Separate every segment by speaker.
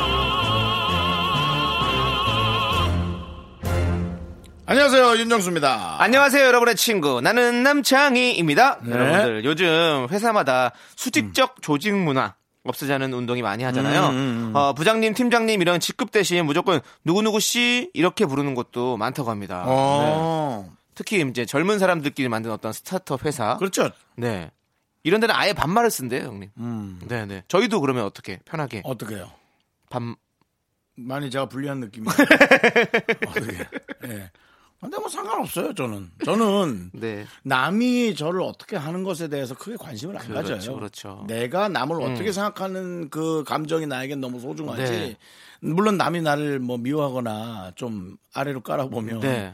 Speaker 1: 안녕하세요 윤정수입니다.
Speaker 2: 안녕하세요, 여러분의 친구. 나는 남창희입니다.
Speaker 1: 네.
Speaker 2: 여러분들, 요즘 회사마다 수직적 조직 문화 없애자는 운동이 많이 하잖아요.
Speaker 1: 음,
Speaker 2: 어, 부장님, 팀장님 이런 직급 대신 무조건 누구누구 씨 이렇게 부르는 것도 많다고 합니다.
Speaker 1: 어,
Speaker 2: 네. 특히 이제 젊은 사람들끼리 만든 어떤 스타트업 회사.
Speaker 1: 그렇죠.
Speaker 2: 네. 이런 데는 아예 반말을 쓴대요, 형님. 네네. 저희도 그러면 어떻게 편하게
Speaker 1: 음. 어떻게요?
Speaker 2: 반
Speaker 1: 많이 제가 불리한 느낌이. 어떻게? 예. 근데 뭐 상관없어요. 저는 저는
Speaker 2: 네.
Speaker 1: 남이 저를 어떻게 하는 것에 대해서 크게 관심을 안
Speaker 2: 그렇죠,
Speaker 1: 가져요.
Speaker 2: 그렇죠.
Speaker 1: 내가 남을 어떻게 생각하는 그 감정이 나에겐 너무 소중하지.
Speaker 2: 네.
Speaker 1: 물론 남이 나를 뭐 미워하거나 좀 아래로 깔아보면.
Speaker 2: 네.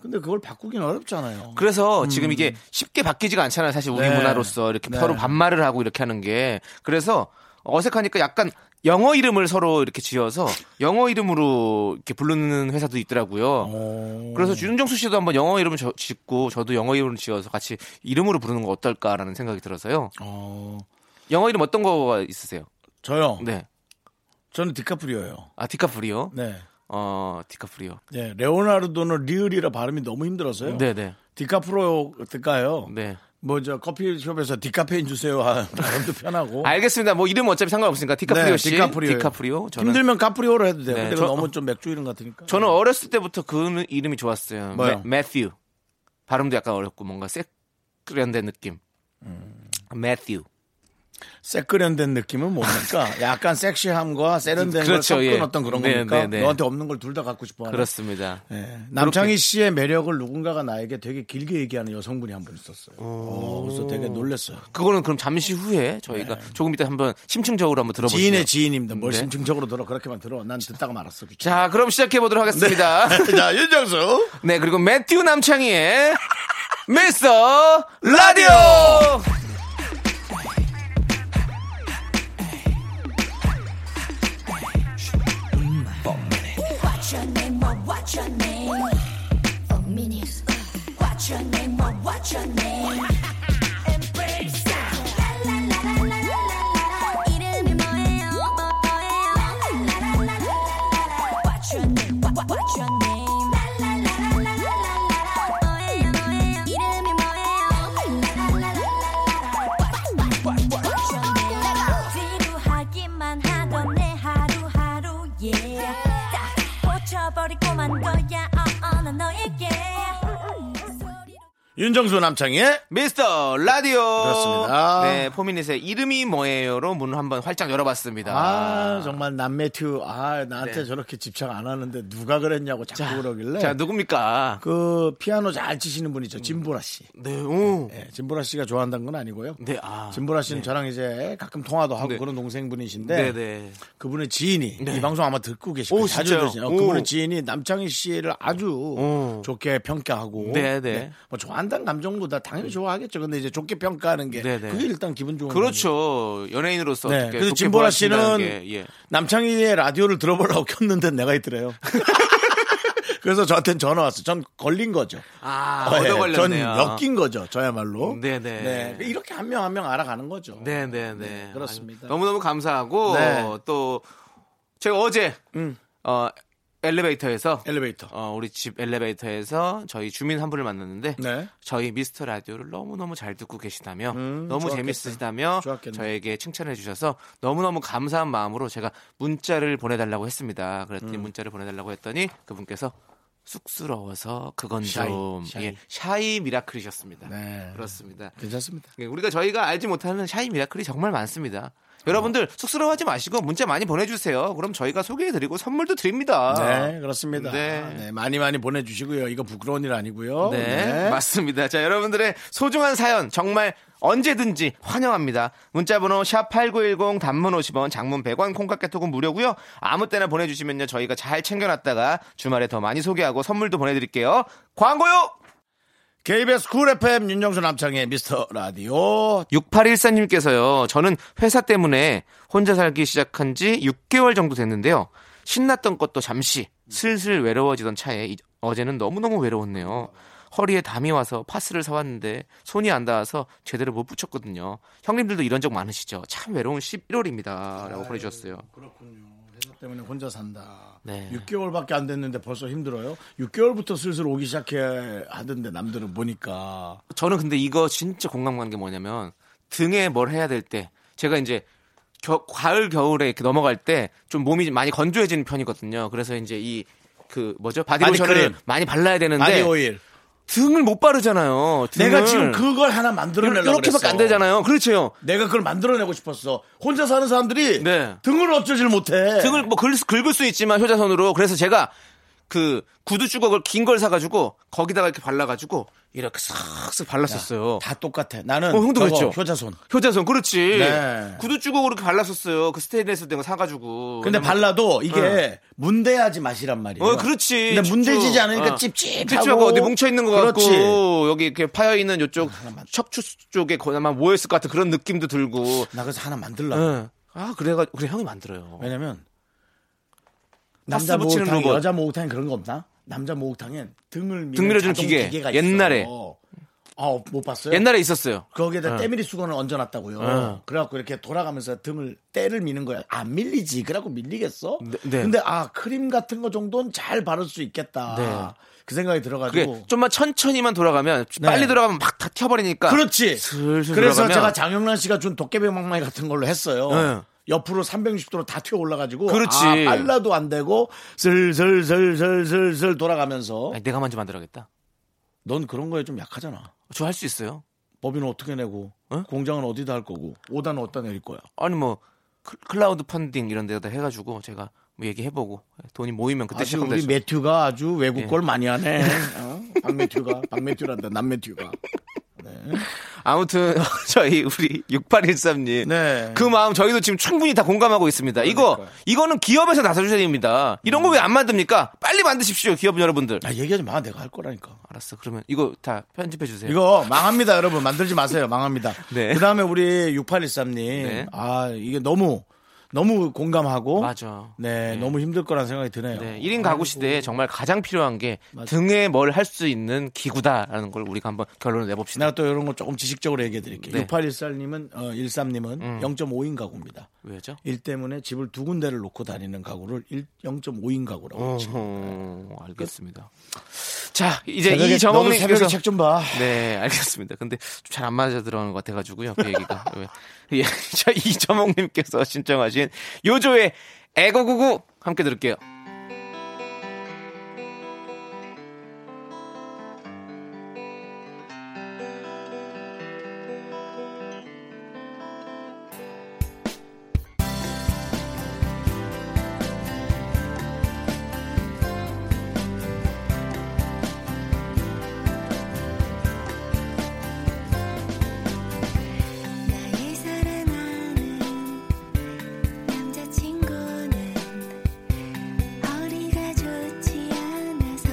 Speaker 1: 근데 그걸 바꾸긴 어렵잖아요.
Speaker 2: 그래서 지금 이게 쉽게 바뀌지가 않잖아요. 사실 우리
Speaker 1: 음. 네.
Speaker 2: 문화로서 이렇게
Speaker 1: 네.
Speaker 2: 서로 반말을 하고 이렇게 하는 게 그래서 어색하니까 약간 영어 이름을 서로 이렇게 지어서 영어 이름으로 이렇게 부르는 회사도 있더라고요.
Speaker 1: 어.
Speaker 2: 그래서 윤정수 씨도 한번 영어 이름을 저- 짓고 저도 영어 이름을 지어서 같이 이름으로 부르는 거 어떨까라는 생각이 들어서요.
Speaker 1: 어.
Speaker 2: 영어 이름 어떤 거가 있으세요?
Speaker 1: 저요.
Speaker 2: 네.
Speaker 1: 저는 디카프리오예요.
Speaker 2: 아 디카프리오.
Speaker 1: 어. 네.
Speaker 2: 어 디카프리오.
Speaker 1: 네. 레오나르도는 리을이라 발음이 너무 힘들었어요.
Speaker 2: 네, 네.
Speaker 1: 디카프로 어떨까요?
Speaker 2: 네.
Speaker 1: 뭐 저 커피숍에서 디카페인 주세요. 하 발음도 편하고.
Speaker 2: 알겠습니다. 뭐 이름 어차피 상관없으니까 디카프리오
Speaker 1: 네,
Speaker 2: 씨.
Speaker 1: 디카프리오요.
Speaker 2: 디카프리오. 저는
Speaker 1: 힘들면 카프리오로 해도 돼요.
Speaker 2: 네,
Speaker 1: 근데
Speaker 2: 저-
Speaker 1: 너무 좀 맥주 이름 같으니까. 예.
Speaker 2: 저는 어렸을 때부터 그 이름이 좋았어요.
Speaker 1: 뭐요?
Speaker 2: 매, 매튜. 발음도 약간 어렵고 뭔가 세련된 느낌.
Speaker 1: 음.
Speaker 2: 매튜.
Speaker 1: 세련된 느낌은 뭡니까? 약간 섹시함과 세련된 걸
Speaker 2: 그렇죠,
Speaker 1: 섞은
Speaker 2: 예.
Speaker 1: 어떤 그런
Speaker 2: 네,
Speaker 1: 겁니까?
Speaker 2: 네, 네.
Speaker 1: 너한테 없는 걸 둘 다 갖고 싶어 하는.
Speaker 2: 그렇습니다.
Speaker 1: 예. 남창희 씨의 매력을 누군가가 나에게 되게 길게 얘기하는 여성분이 한 분 있었어요. 어, 그래서 되게 놀랐어요.
Speaker 2: 그거는 그럼 잠시 후에 저희가 조금 이따 한번 심층적으로 한번 들어보시죠.
Speaker 1: 네. 지인의 지인입니다. 뭘
Speaker 2: 네.
Speaker 1: 심층적으로 들어 그렇게만 들어. 난 듣다가 말았어. 귀찮아.
Speaker 2: 자, 그럼 시작해 보도록 하겠습니다. 네.
Speaker 1: 자, 윤정수.
Speaker 2: 그리고 매튜 남창희의 미스터 라디오.
Speaker 3: What's your name? What, what's your name? Oh, minis. What's your name? What, what's your name? Embrace. La, la, la, la, la, la, la, la. 이름이 뭐예요? 뭐, 뭐예요? La, la, la, la, la, la, la. What's your name? What, what, what's your name? La, la, la, la, la, la, la, la. 뭐예요? 뭐예요? 이름이 뭐예요? La, la, la, la, la, la. What, what, what, what's your name? 지루하기만 하던 내 하루하루 yeah. 딱 고쳐버리고만 거야 어, 어, 난 너에게 음,
Speaker 1: 윤정수 남창희의
Speaker 2: 미스터 라디오.
Speaker 1: 그렇습니다.
Speaker 2: 네, 포미닛의 이름이 뭐예요로 문을 한번 활짝 열어봤습니다.
Speaker 1: 아, 정말 남매튜. 아, 나한테 저렇게 집착 안 하는데 누가 그랬냐고 자꾸 그러길래.
Speaker 2: 네. 자, 누굽니까? 음.
Speaker 1: 그 피아노 잘 치시는 분이죠. 진보라 씨.
Speaker 2: 네, 오.
Speaker 1: 예, 진보라 씨가 좋아한다는 건 아니고요.
Speaker 2: 네, 아.
Speaker 1: 진보라 씨는 저랑 이제 가끔 통화도 하고
Speaker 2: 네.
Speaker 1: 그런 동생분이신데
Speaker 2: 네, 네.
Speaker 1: 그분의 지인이 이 방송 아마 듣고 계실 거예요.
Speaker 2: 오,
Speaker 1: 자주
Speaker 2: 진짜요?
Speaker 1: 들으시죠.
Speaker 2: 오.
Speaker 1: 그분의 지인이 남창희 씨를 아주 좋게 평가하고
Speaker 2: 네, 네.
Speaker 1: 뭐 좋아한다는 감정보다 당연히 좋아하겠죠. 근데 이제 좋게 평가하는 게
Speaker 2: 네, 네.
Speaker 1: 그게 일단 기분 좋은
Speaker 2: 그렇죠. 연예인으로서
Speaker 1: 거죠. 네.
Speaker 2: 어떻게
Speaker 1: 그래서
Speaker 2: 좋게
Speaker 1: 진보라 씨는
Speaker 2: 보여준다는 게, 예.
Speaker 1: 남창희의 라디오를 들어보려고 켰는데 내가 있더래요. 그래서 저한테는 전화 왔어. 요전 걸린 거죠.
Speaker 2: 아,
Speaker 1: 어, 예.
Speaker 2: 얻어
Speaker 1: 전
Speaker 2: 걸렸네요.
Speaker 1: 엮인 거죠, 저야말로.
Speaker 2: 네네.
Speaker 1: 네. 이렇게 한 명 한 명 알아가는 거죠.
Speaker 2: 네, 네, 네.
Speaker 1: 네, 그렇습니다.
Speaker 2: 아유, 너무너무 감사하고
Speaker 1: 네. 음.
Speaker 2: 또 제가 어제 어 엘리베이터에서
Speaker 1: 엘리베이터.
Speaker 2: 어, 우리 집 엘리베이터에서 저희 주민 한 분을 만났는데
Speaker 1: 네.
Speaker 2: 저희 미스터 라디오를 너무너무 잘 듣고 계시다며 너무
Speaker 1: 음, 좋았겠다.
Speaker 2: 재밌으시다며
Speaker 1: 좋았겠네.
Speaker 2: 저에게 칭찬해 주셔서 너무너무 감사한 마음으로 제가 문자를 보내달라고 했습니다. 그랬더니
Speaker 1: 음.
Speaker 2: 문자를 보내달라고 했더니 그분께서 쑥스러워서 그건
Speaker 1: 샤이,
Speaker 2: 좀
Speaker 1: 샤이.
Speaker 2: 예, 샤이 미라클이셨습니다.
Speaker 1: 네.
Speaker 2: 그렇습니다.
Speaker 1: 괜찮습니다.
Speaker 2: 예, 우리가 저희가 알지 못하는 샤이 미라클이 정말 많습니다. 여러분들
Speaker 1: 어.
Speaker 2: 쑥스러워하지 마시고 문자 많이 보내주세요. 그럼 저희가 소개해드리고 선물도 드립니다.
Speaker 1: 네, 그렇습니다.
Speaker 2: 네.
Speaker 1: 네, 많이 많이 보내주시고요. 이거 부끄러운 일 아니고요.
Speaker 2: 네, 맞습니다. 자, 여러분들의 소중한 사연 정말 언제든지 환영합니다. 문자번호 샵8910 단문 50원, 장문 100원, 콩깍개톡은 무료고요. 아무 때나 보내주시면요. 저희가 잘 챙겨놨다가 주말에 더 많이 소개하고 선물도 보내드릴게요. 광고요!
Speaker 1: KBS 쿨 FM 윤정수 남창의 미스터 라디오.
Speaker 2: 6814님께서요. 저는 회사 때문에 혼자 살기 시작한 지 6개월 정도 됐는데요. 신났던 것도 잠시 슬슬 외로워지던 차에 이- 어제는 너무너무 외로웠네요. 허리에 담이 와서 파스를 사왔는데 손이 안 닿아서 제대로 못 붙였거든요. 형님들도 이런 적 많으시죠? 참 외로운 11월입니다. 라고 보내주셨어요.
Speaker 1: 때문에 혼자 산다.
Speaker 2: 네.
Speaker 1: 6개월밖에 안 됐는데 벌써 힘들어요. 6개월부터 슬슬 오기 시작해 하던데 남들은 보니까
Speaker 2: 저는 근데 이거 진짜 공감 가는 게 뭐냐면 등에 뭘 해야 될 때 제가 이제 겨- 가을 겨울에 이렇게 넘어갈 때 좀 몸이 많이 건조해지는 편이거든요. 그래서 이제 이 그 뭐죠 바디로션을
Speaker 1: 바디크림.
Speaker 2: 많이 발라야 되는데
Speaker 1: 바디 오일.
Speaker 2: 등을 못 바르잖아요. 등을.
Speaker 1: 내가 지금 그걸 하나 만들어내려고
Speaker 2: 이렇게밖에
Speaker 1: 그랬어.
Speaker 2: 안 되잖아요. 그렇죠.
Speaker 1: 내가 그걸 만들어내고 싶었어. 혼자 사는 사람들이
Speaker 2: 네.
Speaker 1: 등을 어쩌질 못해.
Speaker 2: 등을 뭐 긁, 긁을 수 있지만 효자손으로 그래서 제가 그 구두 주걱을 긴 걸 사가지고 거기다가 이렇게 발라가지고 이렇게 싹싹 발랐었어요.
Speaker 1: 다 똑같아. 나는
Speaker 2: 어, 형도
Speaker 1: 저거
Speaker 2: 그랬죠?
Speaker 1: 효자손.
Speaker 2: 효자손 그렇지.
Speaker 1: 네.
Speaker 2: 구두 주걱으로 이렇게 발랐었어요. 그 스테인레스 된거 사가지고.
Speaker 1: 근데 발라도 이게
Speaker 2: 응.
Speaker 1: 문대하지 마시란 말이에요.
Speaker 2: 네. 어, 그렇지.
Speaker 1: 근데 문대지지
Speaker 2: 집중.
Speaker 1: 않으니까
Speaker 2: 어.
Speaker 1: 찝찝하고.
Speaker 2: 찝찝하고 어디 뭉쳐 있는 것
Speaker 1: 그렇지. 아,
Speaker 2: 같고 여기 이렇게 파여 있는 이쪽 척추 쪽에 거나마 모여 있을 것 같은 그런 느낌도 들고.
Speaker 1: 나 그래서 하나 만들라고.
Speaker 2: 응. 아 그래가 그래 형이 만들어요.
Speaker 1: 왜냐면
Speaker 2: 파스
Speaker 1: 남자
Speaker 2: 붙이는
Speaker 1: 목욕탕,
Speaker 2: 로봇.
Speaker 1: 여자 목욕탕 그런 거 없나? 남자 목욕탕엔 등을 미는
Speaker 2: 등 밀어주는
Speaker 1: 자동
Speaker 2: 기계.
Speaker 1: 기계가
Speaker 2: 옛날에.
Speaker 1: 있어. 아못 봤어요?
Speaker 2: 옛날에 있었어요.
Speaker 1: 거기에다 때밀이 수건을 얹어놨다고요.
Speaker 2: 어.
Speaker 1: 그래갖고 이렇게 돌아가면서 등을 때를 미는 거야. 안 밀리지. 그래갖고 밀리겠어.
Speaker 2: 네, 네.
Speaker 1: 근데 아 크림 같은 거 정도는 잘 바를 수 있겠다.
Speaker 2: 네.
Speaker 1: 그 생각이
Speaker 2: 그게
Speaker 1: 들어가지고.
Speaker 2: 좀만 천천히만 돌아가면
Speaker 1: 네.
Speaker 2: 빨리 돌아가면 막 다 튀어버리니까.
Speaker 1: 그렇지.
Speaker 2: 슬슬
Speaker 1: 그래서
Speaker 2: 돌아가면-
Speaker 1: 제가 장영란 씨가 준 도깨비 망마이 같은 걸로 했어요.
Speaker 2: 네.
Speaker 1: 옆으로 360도로 다 튀어 올라가지고
Speaker 2: 그렇지.
Speaker 1: 아, 빨라도 안 되고 슬슬슬슬슬슬 돌아가면서
Speaker 2: 아니, 내가 먼저 만들어야겠다.
Speaker 1: 넌 그런 거에 좀 약하잖아.
Speaker 2: 저 할 수 있어요.
Speaker 1: 법인은 어떻게 내고
Speaker 2: 어?
Speaker 1: 공장은 어디다 할 거고 오다는 어디다 내릴 거야.
Speaker 2: 아니 뭐 클- 클라우드 펀딩 이런 데다 해가지고 제가 뭐 얘기해보고 돈이 모이면 그때 예.
Speaker 1: 아주 우리
Speaker 2: 시작하면
Speaker 1: 매튜가 아주 외국 걸 많이 하네. 어? 박매튜가 박매튜란다. 남매튜가.
Speaker 2: 아무튼 저희 우리 6813님
Speaker 1: 네.
Speaker 2: 그 마음 저희도 지금 충분히 다 공감하고 있습니다. 이거 이거는 기업에서 나서주셔야 됩니다. 이런 거 왜 안 만듭니까? 빨리 만드십시오, 기업 여러분들.
Speaker 1: 음. 아 얘기하지 마. 내가 할 거라니까.
Speaker 2: 알았어. 그러면 이거 다 편집해 주세요.
Speaker 1: 이거 망합니다, 여러분. 만들지 마세요. 망합니다.
Speaker 2: 예. 네.
Speaker 1: 그 다음에 우리 6813님.
Speaker 2: 네.
Speaker 1: 아, 이게 너무, 너무 공감하고.
Speaker 2: 맞아.
Speaker 1: 네,
Speaker 2: 네.
Speaker 1: 너무 힘들 거란 생각이 드네요.
Speaker 2: 네, 1인 가구 시대에 정말 가장 필요한 게 등에 뭘 할 수 있는 기구다라는 걸 우리가 한번 결론을 내봅시다.
Speaker 1: 내가 또 이런 거 조금 지식적으로 얘기해 드릴게요.
Speaker 2: 네. 음.
Speaker 1: 6813님은, 어, 13님은 0.5인 가구입니다.
Speaker 2: 왜죠?
Speaker 1: 일 때문에 집을 두 군데를 놓고 다니는 가구를 0.5인 가구라고. 하죠.
Speaker 2: 어, 알겠습니다. 자, 이제
Speaker 1: 새벽에- 너도
Speaker 2: 이정옥님께서
Speaker 1: 새벽에 책 좀 봐.
Speaker 2: 네, 알겠습니다. 근데 좀 잘 안 맞아 들어가는 것 같아가지고요, 그 얘기가. 예, 자, 이점옥님께서 신청하신 요조의 애거구구 함께 들을게요.
Speaker 3: 나의 사랑하는 남자친구는 허리가 좋지 않아서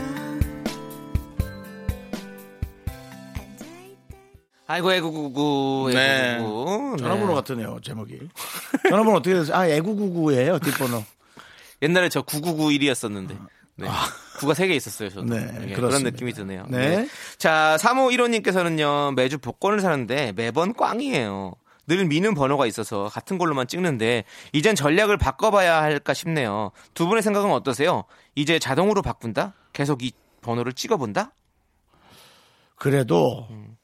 Speaker 3: 앉아있다
Speaker 2: 아이고, 애거구구,
Speaker 1: 네.
Speaker 2: 애거구구.
Speaker 1: 전화번호 같으네요, 제목이. 전화번호 어떻게 되세요? 아, 애구구구예요 뒷번호.
Speaker 2: 옛날에 저 9991이었었는데. 네. 구가 세 개 있었어요, 저도.
Speaker 1: 아. 네,
Speaker 2: 예, 그런
Speaker 1: 그렇습니다.
Speaker 2: 느낌이 드네요.
Speaker 1: 네.
Speaker 2: 자, 3호 1호님께서는요, 매주 복권을 사는데 매번 꽝이에요. 늘 미는 번호가 있어서 같은 걸로만 찍는데, 이젠 전략을 바꿔봐야 할까 싶네요. 두 분의 생각은 어떠세요? 이제 자동으로 바꾼다? 계속 이 번호를 찍어본다?
Speaker 1: 그래도
Speaker 2: 음.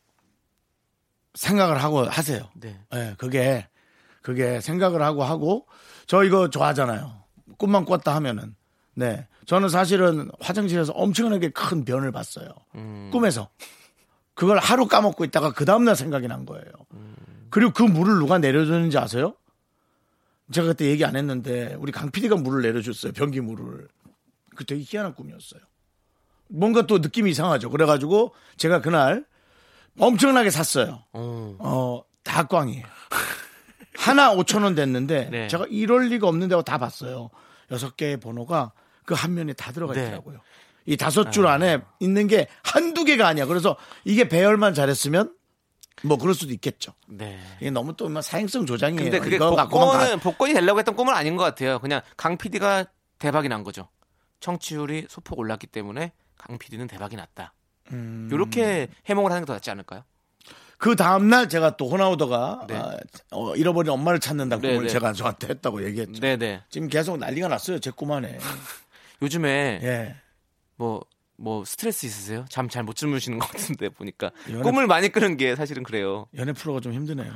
Speaker 1: 생각을 하고 하세요.
Speaker 2: 네.
Speaker 1: 예, 그게 그게 생각을 하고 하고 저 이거 좋아하잖아요. 꿈만 꿨다 하면은 네 저는 사실은 화장실에서 엄청나게 큰 변을 봤어요. 꿈에서 그걸 하루 까먹고 있다가 그 다음날 생각이 난 거예요. 그리고 그 물을 누가 내려줬는지 아세요? 제가 그때 얘기 안 했는데 우리 강 PD가 물을 내려줬어요. 변기 물을. 그 되게 희한한 꿈이었어요. 뭔가 또 느낌이 이상하죠. 그래가지고 제가 그날 엄청나게 샀어요. 어, 다 꽝이에요. 하나 5천 원 됐는데
Speaker 2: 네.
Speaker 1: 제가 이럴 리가 없는데 하고 다 봤어요. 여섯 개의 번호가 그 한 면에 다 들어가
Speaker 2: 네. 아.
Speaker 1: 있더라고요. 이 다섯 줄 안에 있는 게 한두 개가 아니야. 그래서 이게 배열만 잘했으면 뭐 그럴 수도 있겠죠.
Speaker 2: 네.
Speaker 1: 이게 너무 또 막 사행성 조장이에요.
Speaker 2: 근데 그게
Speaker 1: 예, 이거 갖고만
Speaker 2: 복권은 복권이 되려고 했던 꿈은 아닌 것 같아요. 그냥 강 PD가 대박이 난 거죠. 청취율이 소폭 올랐기 때문에 강 PD는 대박이 났다.
Speaker 1: 음.
Speaker 2: 이렇게 해몽을 하는 게 더 낫지 않을까요?
Speaker 1: 그 다음날 제가 또 호나우더가
Speaker 2: 네.
Speaker 1: 아, 어, 잃어버린 엄마를 찾는다고
Speaker 2: 네,
Speaker 1: 꿈을
Speaker 2: 네.
Speaker 1: 제가 저한테 했다고 얘기했죠.
Speaker 2: 네네.
Speaker 1: 지금 계속 난리가 났어요. 제 꿈안에.
Speaker 2: 요즘에
Speaker 1: 예.
Speaker 2: 뭐, 뭐 스트레스 있으세요? 잠 잘 못 주무시는 것 같은데 보니까
Speaker 1: 연애-
Speaker 2: 꿈을 많이 끄는 게 사실은 그래요.
Speaker 1: 연애 프로가 좀 힘드네요.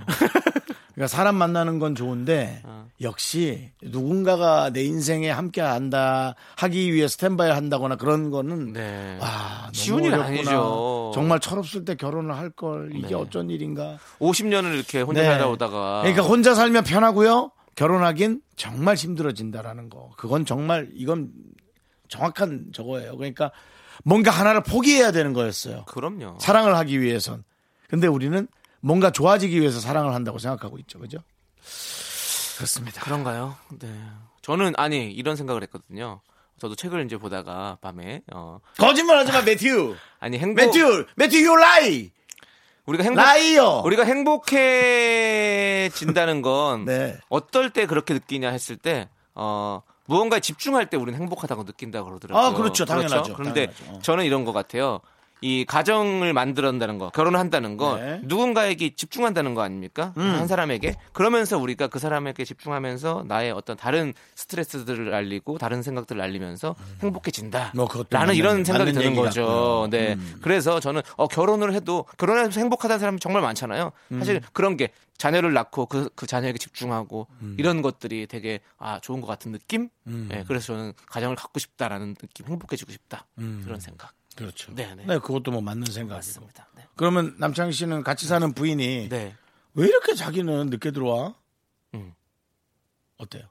Speaker 1: 그러니까 사람 만나는 건 좋은데
Speaker 2: 아.
Speaker 1: 역시 누군가가 내 인생에 함께 한다 하기 위해 스탠바이 한다거나 그런 거는
Speaker 2: 네.
Speaker 1: 와,
Speaker 2: 쉬운
Speaker 1: 너무
Speaker 2: 일은
Speaker 1: 어렵구나.
Speaker 2: 아니죠.
Speaker 1: 정말 철없을 때 결혼을 할 걸 이게
Speaker 2: 네.
Speaker 1: 어쩐 일인가.
Speaker 2: 50년을 이렇게 혼자
Speaker 1: 네.
Speaker 2: 살아오다가
Speaker 1: 그러니까 혼자 살면 편하고요. 결혼하긴 정말 힘들어진다라는 거. 그건 정말 이건 정확한 저거예요. 그러니까 뭔가 하나를 포기해야 되는 거였어요.
Speaker 2: 그럼요.
Speaker 1: 사랑을 하기 위해선. 근데 우리는 뭔가 좋아지기 위해서 사랑을 한다고 생각하고 있죠. 그죠? 그렇습니다.
Speaker 2: 그런가요? 네. 저는 아니 이런 생각을 했거든요. 저도 책을 이제 보다가 밤에 어
Speaker 1: 거짓말 하지 마, 매튜.
Speaker 2: 아니 행복
Speaker 1: 매튜, 매튜, 유 라이.
Speaker 2: 우리가 행복
Speaker 1: 라이어.
Speaker 2: 우리가 행복해진다는 건
Speaker 1: 네.
Speaker 2: 어떨 때 그렇게 느끼냐 했을 때 어, 무언가에 집중할 때 우리는 행복하다고 느낀다고 그러더라고요.
Speaker 1: 아, 그렇죠. 당연하죠.
Speaker 2: 그런데
Speaker 1: 당연하죠. 어.
Speaker 2: 저는 이런 것 같아요. 이 가정을 만들어낸다는 거, 결혼을 한다는 거,
Speaker 1: 네. 음.
Speaker 2: 누군가에게 집중한다는 거 아닙니까? 한 사람에게. 그러면서 우리가 그 사람에게 집중하면서 나의 어떤 다른 스트레스들을 알리고 다른 생각들을 알리면서 행복해진다.
Speaker 1: 뭐 그것도
Speaker 2: 라는
Speaker 1: 맞는- 어. 음.
Speaker 2: 이런 생각이
Speaker 1: 맞는
Speaker 2: 드는
Speaker 1: 얘기
Speaker 2: 거죠.
Speaker 1: 같고요.
Speaker 2: 네. 그래서 저는 어, 결혼을 해도 결혼해서 행복하다는 사람이 정말 많잖아요.
Speaker 1: 음.
Speaker 2: 사실 그런 게 자녀를 낳고 그, 그 자녀에게 집중하고
Speaker 1: 음.
Speaker 2: 이런 것들이 되게 아 좋은 것 같은 느낌. 네, 그래서 저는 가정을 갖고 싶다라는 느낌, 행복해지고 싶다
Speaker 1: 음.
Speaker 2: 이런 생각.
Speaker 1: 그렇죠.
Speaker 2: 네, 네.
Speaker 1: 네, 그것도 뭐 맞는 생각이고.
Speaker 2: 맞습니다. 네.
Speaker 1: 그러면 남창희 씨는 같이 사는 부인이
Speaker 2: 네.
Speaker 1: 왜 이렇게 자기는 늦게 들어와?
Speaker 2: 음.
Speaker 1: 어때요?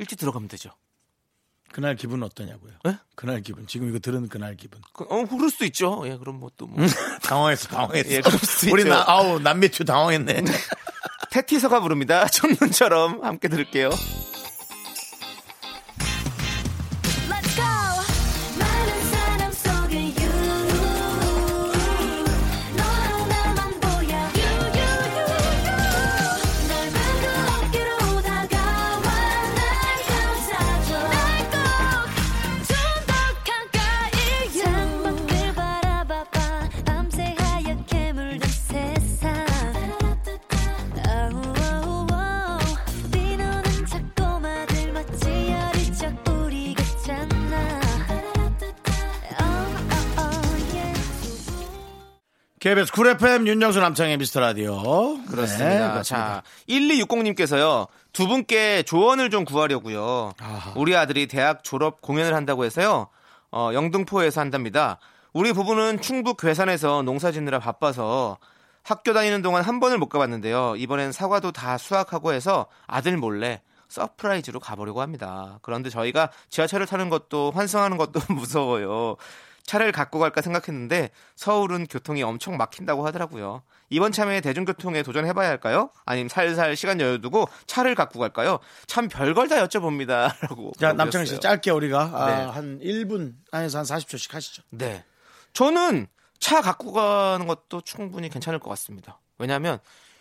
Speaker 2: 일찍 들어가면 되죠.
Speaker 1: 그날 기분 어떠냐고요?
Speaker 2: 네?
Speaker 1: 그날 기분. 지금 이거 들은 그날 기분.
Speaker 2: 그, 어, 그럴 수도 있죠. 예, 그럼 뭐 또 뭐.
Speaker 1: 음. 당황했어, 당황했어.
Speaker 2: 예, 그럴 수도
Speaker 1: 우리
Speaker 2: 있죠.
Speaker 1: 나, 아우, 남매추 당황했네.
Speaker 2: 테티서가 부릅니다. 첫눈처럼 함께 들을게요.
Speaker 3: Let's go. 많은 사람 속에 you. 너 하나만 보여. You, you, you, you. 날 막아 어깨로 다가와. 날 감싸줘. 날꼭좀 더그 가까이. 창밖을 바라봐봐. 밤새 하얗게 물든 세상. 네 눈은 자꾸 마들맞지 어리적 우리 같잖아. Oh, oh, oh, yeah.
Speaker 1: KBS 쿨 FM 윤정수 남창의 미스터 라디오. 네,
Speaker 2: 그렇습니다.
Speaker 1: 그렇습니다.
Speaker 2: 자, 1260님께서요. 두 분께 조언을 좀 구하려고요. 우리 아들이 대학 졸업 공연을 한다고 해서요. 어, 영등포에서 한답니다. 우리 부부는 충북 괴산에서 농사 짓느라 바빠서 학교 다니는 동안 한 번을 못 가봤는데요. 이번엔 사과도 다 수확하고 해서 아들 몰래 서프라이즈로 가보려고 합니다. 그런데 저희가 지하철을 타는 것도 환승하는 것도 무서워요. 차를 갖고 갈까 생각했는데 서울은 교통이 엄청 막힌다고 하더라고요. 이번 참에 대중교통에 도전해봐야 할까요? 아니면 살살 시간 여유 두고 차를 갖고 갈까요? 참 별걸 다 여쭤봅니다. 라고.
Speaker 1: 자, 남창희 씨
Speaker 2: 보내주셨어요.
Speaker 1: 짧게 우리가 아,
Speaker 2: 네.
Speaker 1: 한 1분 안에서 한 40초씩 하시죠.
Speaker 2: 네. 저는 차 갖고 가는 것도 충분히 괜찮을 것 같습니다. 왜냐하면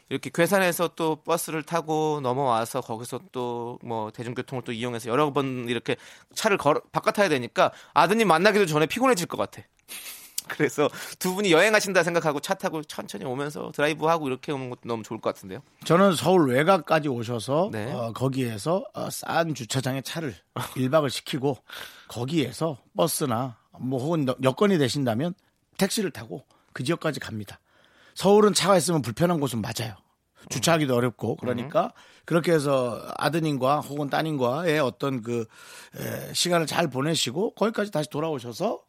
Speaker 2: 이렇게 괴산에서 또 버스를 타고 넘어와서 거기서 또 뭐 대중교통을 또 이용해서 여러 번 이렇게 차를 걸어 바깥 타야 되니까 아드님 만나기도 전에 피곤해질 것 같아. 그래서 두 분이 여행하신다 생각하고 차 타고 천천히 오면서 드라이브하고 이렇게 오는 것도 너무 좋을 것 같은데요.
Speaker 1: 저는 서울 외곽까지 오셔서
Speaker 2: 네.
Speaker 1: 어, 거기에서 어, 싼 주차장에 차를 1박을 시키고 거기에서 버스나 뭐 혹은 여- 여건이 되신다면 택시를 타고 그 지역까지 갑니다. 서울은 차가 있으면 불편한 곳은 맞아요. 주차하기도 어렵고
Speaker 2: 음.
Speaker 1: 그러니까 그렇게 해서 아드님과 혹은 따님과의 어떤 그 에, 시간을 잘 보내시고 거기까지 다시 돌아오셔서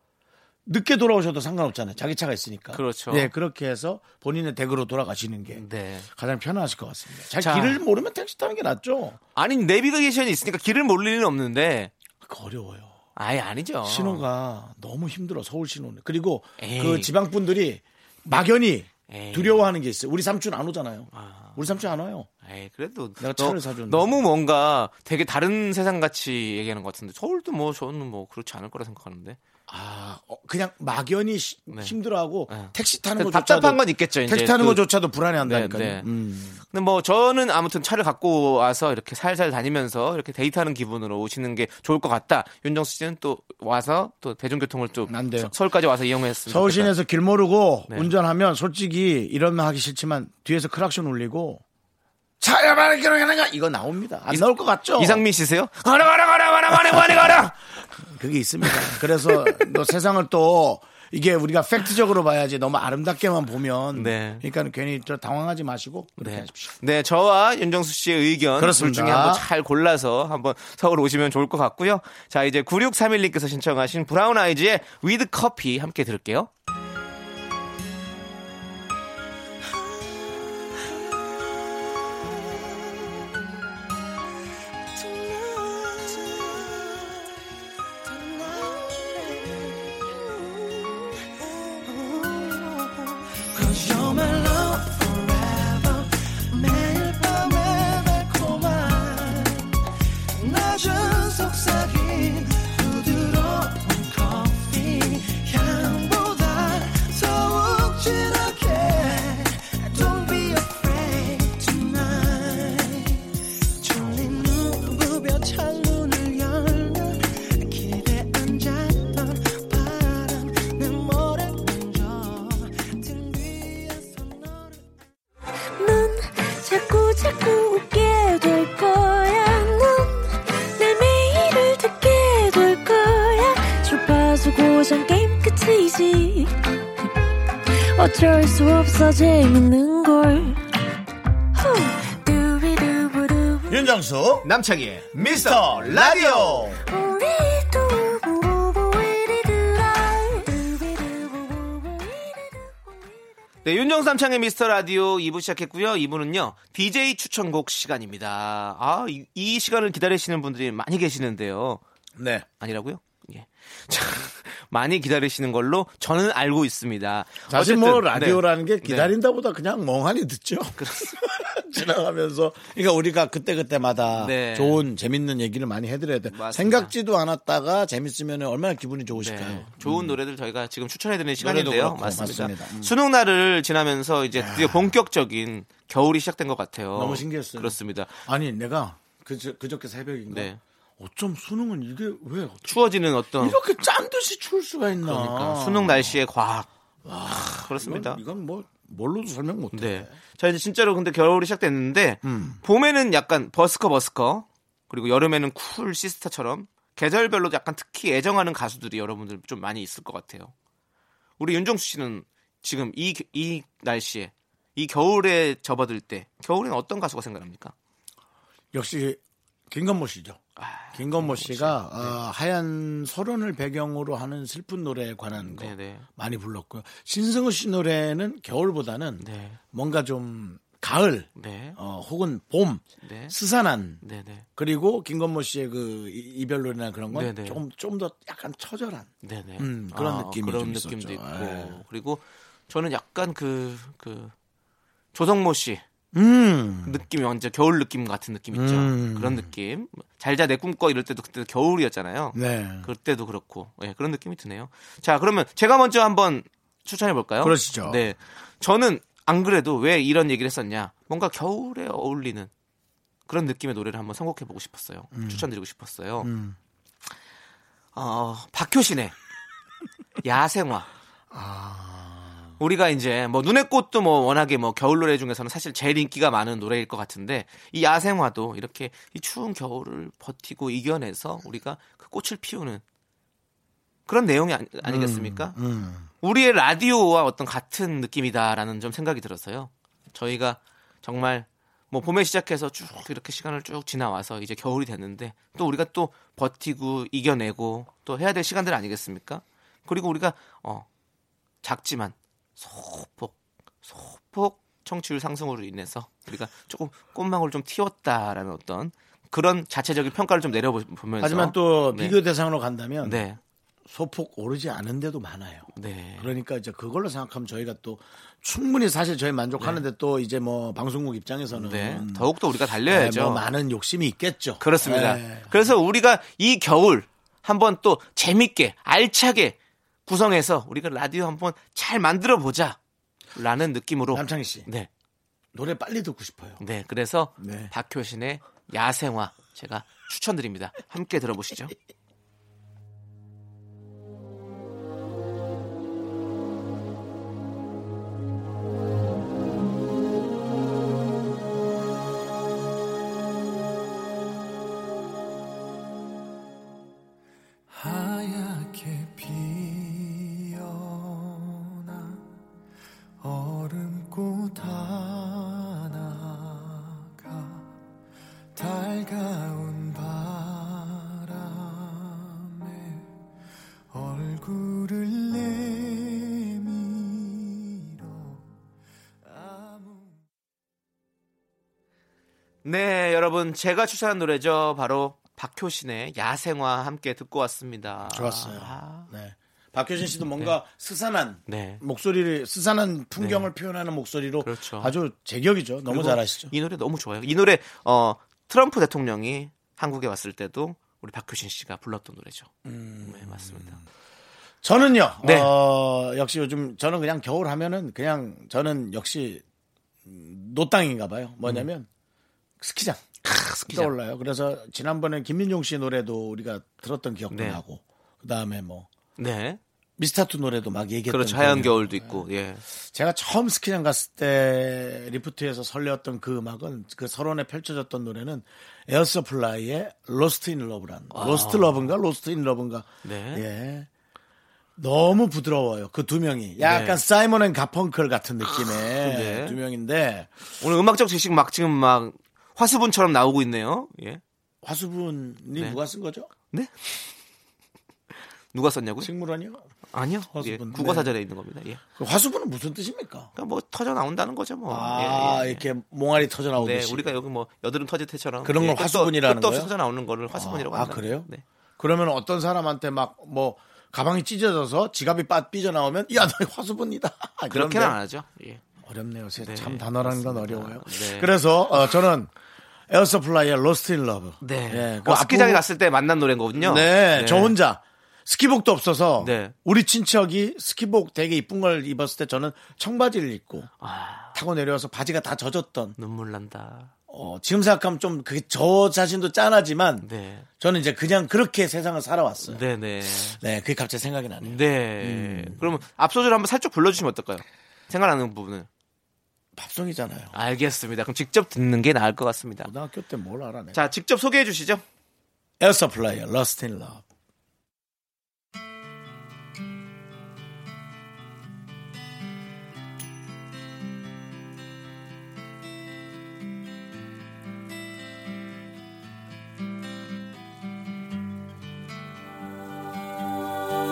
Speaker 1: 늦게 돌아오셔도 상관없잖아요. 자기 차가 있으니까.
Speaker 2: 그렇죠.
Speaker 1: 예, 그렇게 해서 본인의 댁으로 돌아가시는 게
Speaker 2: 네.
Speaker 1: 가장 편안하실 것 같습니다. 잘
Speaker 2: 자.
Speaker 1: 길을 모르면 택시 타는 게 낫죠.
Speaker 2: 아니 내비게이션이 있으니까 길을 모를 일은 없는데
Speaker 1: 그거 어려워요.
Speaker 2: 아예 아니죠.
Speaker 1: 신호가 너무 힘들어 서울 신호는 그리고
Speaker 2: 에이.
Speaker 1: 그 지방 분들이 막연히
Speaker 2: 에이.
Speaker 1: 두려워하는 게 있어요. 우리 삼촌 안 오잖아요.
Speaker 2: 아.
Speaker 1: 우리 삼촌 안 와요.
Speaker 2: 에이, 그래도
Speaker 1: 내가 차를 사줬는데.
Speaker 2: 너무 뭔가 되게 다른 세상 같이 얘기하는 것 같은데 서울도 뭐 저는 뭐 그렇지 않을 거라 생각하는데
Speaker 1: 아, 어, 그냥 막연히 시- 힘들어하고
Speaker 2: 네.
Speaker 1: 택시 타는
Speaker 2: 그
Speaker 1: 것조차도
Speaker 2: 답답한 건 있겠죠, 이제
Speaker 1: 택시 타는
Speaker 2: 그-
Speaker 1: 것조차도 불안해한다니까요.
Speaker 2: 네, 네.
Speaker 1: 음.
Speaker 2: 근데 뭐 저는 아무튼 차를 갖고 와서 이렇게 살살 다니면서 이렇게 데이트하는 기분으로 오시는 게 좋을 것 같다. 윤정수 씨는 또 와서 또 대중교통을 또
Speaker 1: 안 돼요.
Speaker 2: 서- 서울까지 와서 이용했습니다.
Speaker 1: 서울 시내에서 길 모르고
Speaker 2: 그러니까 네.
Speaker 1: 운전하면 솔직히 이런 말 하기 싫지만 뒤에서 크락션 울리고 차야 말을 기록하는가 이거 나옵니다. 안 나올 것 같죠?
Speaker 2: 이상민 씨세요? 가라 가라 가라 가라 가라 가라 가라.
Speaker 1: 그게 있습니다. 그래서 또 세상을 또 이게 우리가 팩트적으로 봐야지 너무 아름답게만 보면
Speaker 2: 네.
Speaker 1: 그러니까 괜히 또 당황하지 마시고 그렇게
Speaker 2: 네.
Speaker 1: 하십시오.
Speaker 2: 네, 저와 윤정수 씨의 의견
Speaker 1: 그렇습니다.
Speaker 2: 둘 중에 한번 잘 골라서 한번 서울 오시면 좋을 것 같고요. 자, 이제 9631님께서 신청하신 브라운 아이즈의 위드 커피 함께 들을게요.
Speaker 3: 넌 자꾸 자꾸 웃게 될 거야. 넌내 매일을 듣게 될 거야. 주파수 고정 게임 끝이지. 어쩔 수 없어 재밌는 걸. 후. 두비두부두.
Speaker 1: 윤정수
Speaker 2: 남창희의
Speaker 1: 미스터 라디오
Speaker 3: 우리 두부부부 이리들아. 두비두부부부 이리두부.
Speaker 2: 네, 윤정수 남창의 미스터 라디오 2부 시작했고요. 2부는요, DJ 추천곡 시간입니다. 아, 이, 이 시간을 기다리시는 분들이 많이 계시는데요.
Speaker 1: 네.
Speaker 2: 아니라고요? 예. 참, 많이 기다리시는 걸로 저는 알고 있습니다.
Speaker 1: 사실 뭐
Speaker 2: 어쨌든,
Speaker 1: 라디오라는
Speaker 2: 네.
Speaker 1: 게 기다린다 보다 그냥 멍하니 듣죠. 지나가면서 그러니까 우리가 그때그때마다
Speaker 2: 네.
Speaker 1: 좋은 재밌는 얘기를 많이 해드려야 돼. 요
Speaker 2: 맞습니다.
Speaker 1: 생각지도 않았다가 재밌으면 얼마나 기분이
Speaker 2: 네,
Speaker 1: 좋으실까요? 음.
Speaker 2: 좋은 노래들 저희가 지금 추천해드리는
Speaker 1: 노래도
Speaker 2: 시간인데요.
Speaker 1: 그렇고,
Speaker 2: 맞습니다.
Speaker 1: 맞습니다. 음.
Speaker 2: 수능 날을 지나면서 이제 드디어 본격적인 겨울이 시작된 것 같아요.
Speaker 1: 너무 신기했어요.
Speaker 2: 그렇습니다.
Speaker 1: 아니 내가 그저, 그저께 새벽인가
Speaker 2: 네.
Speaker 1: 어쩜 수능은 이게 왜
Speaker 2: 추워지는 어떤
Speaker 1: 이렇게 짠듯이 추울 수가 있나?
Speaker 2: 그러니까
Speaker 1: 아.
Speaker 2: 수능 날씨의 과학. 아, 그렇습니다.
Speaker 1: 이건, 이건 뭐 뭘로도 설명 못해.
Speaker 2: 네. 자 이제 진짜로 근데 겨울이 시작됐는데
Speaker 1: 음.
Speaker 2: 봄에는 약간 버스커 버스커 그리고 여름에는 쿨 시스타처럼 계절별로 약간 특히 애정하는 가수들이 여러분들 좀 많이 있을 것 같아요. 우리 윤종수 씨는 지금 이 이 날씨에 이 겨울에 접어들 때 겨울엔 어떤 가수가 생각납니까?
Speaker 1: 역시 김건모 씨죠.
Speaker 2: 아,
Speaker 1: 김건모 씨가
Speaker 2: 네.
Speaker 1: 어, 하얀 소련을 배경으로 하는 슬픈 노래에 관한 거
Speaker 2: 네네.
Speaker 1: 많이 불렀고요. 신승우 씨 노래는 겨울보다는
Speaker 2: 네.
Speaker 1: 뭔가 좀 가을
Speaker 2: 네.
Speaker 1: 어, 혹은 봄
Speaker 2: 네.
Speaker 1: 스산한
Speaker 2: 네네. 그리고
Speaker 1: 그리고 김건모 씨의 그 이- 이별 노래나 그런 건
Speaker 2: 네네.
Speaker 1: 조금 좀 더 약간 처절한
Speaker 2: 네네. 아,
Speaker 1: 음, 그런 느낌이
Speaker 2: 그런
Speaker 1: 좀 있었죠.
Speaker 2: 느낌도 있고
Speaker 1: 예.
Speaker 2: 그리고 저는 약간 그 그 조성모 씨
Speaker 1: 음.
Speaker 2: 느낌이 완전 겨울 느낌 같은 느낌 있죠.
Speaker 1: 음.
Speaker 2: 그런 느낌. 잘자 내 꿈꿔 이럴 때도 그때 겨울이었잖아요.
Speaker 1: 네.
Speaker 2: 그때도 그렇고 예, 그런 느낌이 드네요. 자 그러면 제가 먼저 한번 추천해 볼까요?
Speaker 1: 그러시죠.
Speaker 2: 네, 저는 안 그래도 왜 이런 얘기를 했었냐? 뭔가 겨울에 어울리는 그런 느낌의 노래를 한번 선곡해 보고 싶었어요.
Speaker 1: 음.
Speaker 2: 추천드리고 싶었어요. 어, 박효신의 야생화.
Speaker 1: 아.
Speaker 2: 우리가 이제 뭐 눈의 꽃도 뭐 워낙에 뭐 겨울 노래 중에서는 사실 제일 인기가 많은 노래일 것 같은데 이 야생화도 이렇게 이 추운 겨울을 버티고 이겨내서 우리가 그 꽃을 피우는 그런 내용이 아니,
Speaker 1: 음,
Speaker 2: 겠습니까 우리의 라디오와 어떤 같은 느낌이다라는 좀 생각이 들어서요. 저희가 정말 뭐 봄에 시작해서 쭉 이렇게 시간을 쭉 지나와서 이제 겨울이 됐는데 또 우리가 또 버티고 이겨내고 또 해야 될 시간들 아니겠습니까? 그리고 우리가 어 작지만 소폭 소폭 청취율 상승으로 인해서 우리가 조금 꽃망울 좀 튀었다라는 어떤 그런 자체적인 평가를 좀 내려보면서
Speaker 1: 하지만 또
Speaker 2: 네.
Speaker 1: 비교 대상으로 간다면
Speaker 2: 네.
Speaker 1: 소폭 오르지 않은데도 많아요.
Speaker 2: 네.
Speaker 1: 그러니까 이제 그걸로 생각하면 저희가 또 충분히 사실 저희 만족하는데 또 이제 뭐 방송국 입장에서는
Speaker 2: 네. 더욱더 우리가
Speaker 1: 네,
Speaker 2: 달려야죠.
Speaker 1: 뭐 많은 욕심이 있겠죠.
Speaker 2: 그렇습니다.
Speaker 1: 네.
Speaker 2: 그래서 우리가 이 겨울 한번 또 재밌게 알차게 구성해서 우리가 라디오 한번 잘 만들어 보자. 라는 느낌으로
Speaker 1: 남창희 씨
Speaker 2: 네.
Speaker 1: 노래 빨리 듣고 싶어요.
Speaker 2: 네. 그래서
Speaker 1: 네.
Speaker 2: 박효신의 야생화 제가 추천드립니다. 함께 들어보시죠.
Speaker 4: 하얗게 피어나 얼음꽃 하나가 달가운 바람에 얼굴을 내밀어 아무
Speaker 2: 네, 여러분 제가 추천한 노래죠. 바로 박효신의 야생화 함께 듣고 왔습니다.
Speaker 1: 좋았어요.
Speaker 2: 아,
Speaker 1: 네. 박효진 씨도 뭔가 스산한
Speaker 2: 네.
Speaker 1: 목소리를 스산한 풍경을 표현하는 목소리로
Speaker 2: 그렇죠.
Speaker 1: 아주 제격이죠. 너무
Speaker 2: 그리고
Speaker 1: 잘하시죠.
Speaker 2: 이 노래 너무 좋아요. 이 노래 어 트럼프 대통령이 한국에 왔을 때도 우리 박효신 씨가 불렀던 노래죠.
Speaker 1: 음.
Speaker 2: 네, 맞습니다.
Speaker 1: 저는요.
Speaker 2: 네.
Speaker 1: 어, 역시 요즘 저는 그냥 겨울 하면은 그냥 저는 역시 음, 노땅인가 봐요. 뭐냐면 스키장.
Speaker 2: 음. 스키장.
Speaker 1: 떠올라요. 그래서 지난번에 김민종 씨 노래도 우리가 들었던 기억도
Speaker 2: 네.
Speaker 1: 나고 그다음에 뭐
Speaker 2: 네.
Speaker 1: 미스타투 노래도 막 얘기했던
Speaker 2: 그렇죠. 하얀
Speaker 1: 기억이 나고.
Speaker 2: 겨울도 있고. 예.
Speaker 1: 제가 처음 스키장 갔을 때 리프트에서 설레었던 그 음악은 그 설원에 펼쳐졌던 노래는 에어서플라이의 로스트 인 러브라는 로스트 러브인가 로스트 인 러브인가
Speaker 2: 아. 네.
Speaker 1: 예 너무 부드러워요 그 두 명이 약간
Speaker 2: 네. 아,
Speaker 1: 사이먼 앤 가펑클 같은 느낌의
Speaker 2: 네.
Speaker 1: 두 명인데
Speaker 2: 오늘 음악적 지식 막 지금 막 화수분처럼 나오고 있네요. 예.
Speaker 1: 화수분이
Speaker 2: 네.
Speaker 1: 누가 쓴 거죠?
Speaker 2: 네? 누가 썼냐고요?
Speaker 1: 식물원이요?
Speaker 2: 아니요. 예.
Speaker 1: 화수분.
Speaker 2: 국어
Speaker 1: 네.
Speaker 2: 사전에 있는 겁니다. 예.
Speaker 1: 그 화수분은 무슨 뜻입니까?
Speaker 2: 그러니까 뭐 터져 나온다는 거죠, 뭐.
Speaker 1: 아
Speaker 2: 예, 예, 예.
Speaker 1: 이렇게 몽알이 터져
Speaker 2: 네,
Speaker 1: 나오듯이
Speaker 2: 우리가 여기 뭐 여드름 터질 때처럼
Speaker 1: 그런 걸
Speaker 2: 끝도-
Speaker 1: 화수분이라는
Speaker 2: 끝도 없이
Speaker 1: 거예요?
Speaker 2: 터져 나오는 거를 화수분이라고
Speaker 1: 아,
Speaker 2: 한다.
Speaker 1: 아, 그래요?
Speaker 2: 네.
Speaker 1: 그러면 어떤 사람한테 막 뭐 가방이 찢어져서 지갑이 빠 삐져 나오면 야 너 화수분이다.
Speaker 2: 그렇게는 안 하죠. 예.
Speaker 1: 어렵네요. 세-
Speaker 2: 네,
Speaker 1: 참 단어라는 건
Speaker 2: 맞습니다.
Speaker 1: 어려워요.
Speaker 2: 네.
Speaker 1: 그래서 어, 저는 에어서플라이의 로스트 인 러브.
Speaker 2: 네. 그 스키장에 갔을 때 만난 노래인 거거든요.
Speaker 1: 예, 네, 저 혼자 스키복도 없어서
Speaker 2: 네.
Speaker 1: 우리 친척이 스키복 되게 이쁜 걸 입었을 때 저는 청바지를 입고
Speaker 2: 아,
Speaker 1: 타고 내려와서 바지가 다 젖었던
Speaker 2: 눈물 난다.
Speaker 1: 어, 지금 생각하면 좀 그게 저 자신도 짠하지만
Speaker 2: 네.
Speaker 1: 저는 이제 그냥 그렇게 세상을 살아왔어요. 네,
Speaker 2: 네, 네.
Speaker 1: 그게 갑자기 생각이 나네요.
Speaker 2: 네. 그러면 앞소절 한번 살짝 불러 주시면 어떨까요? 생각나는 부분을.
Speaker 1: 밥송이잖아요.
Speaker 2: 알겠습니다. 그럼 직접 듣는 게 나을 것 같습니다.
Speaker 1: 고등학교 때 뭘 알아내?
Speaker 2: 자, 직접 소개해 주시죠.
Speaker 1: 에어서플라이어 Lost in Love.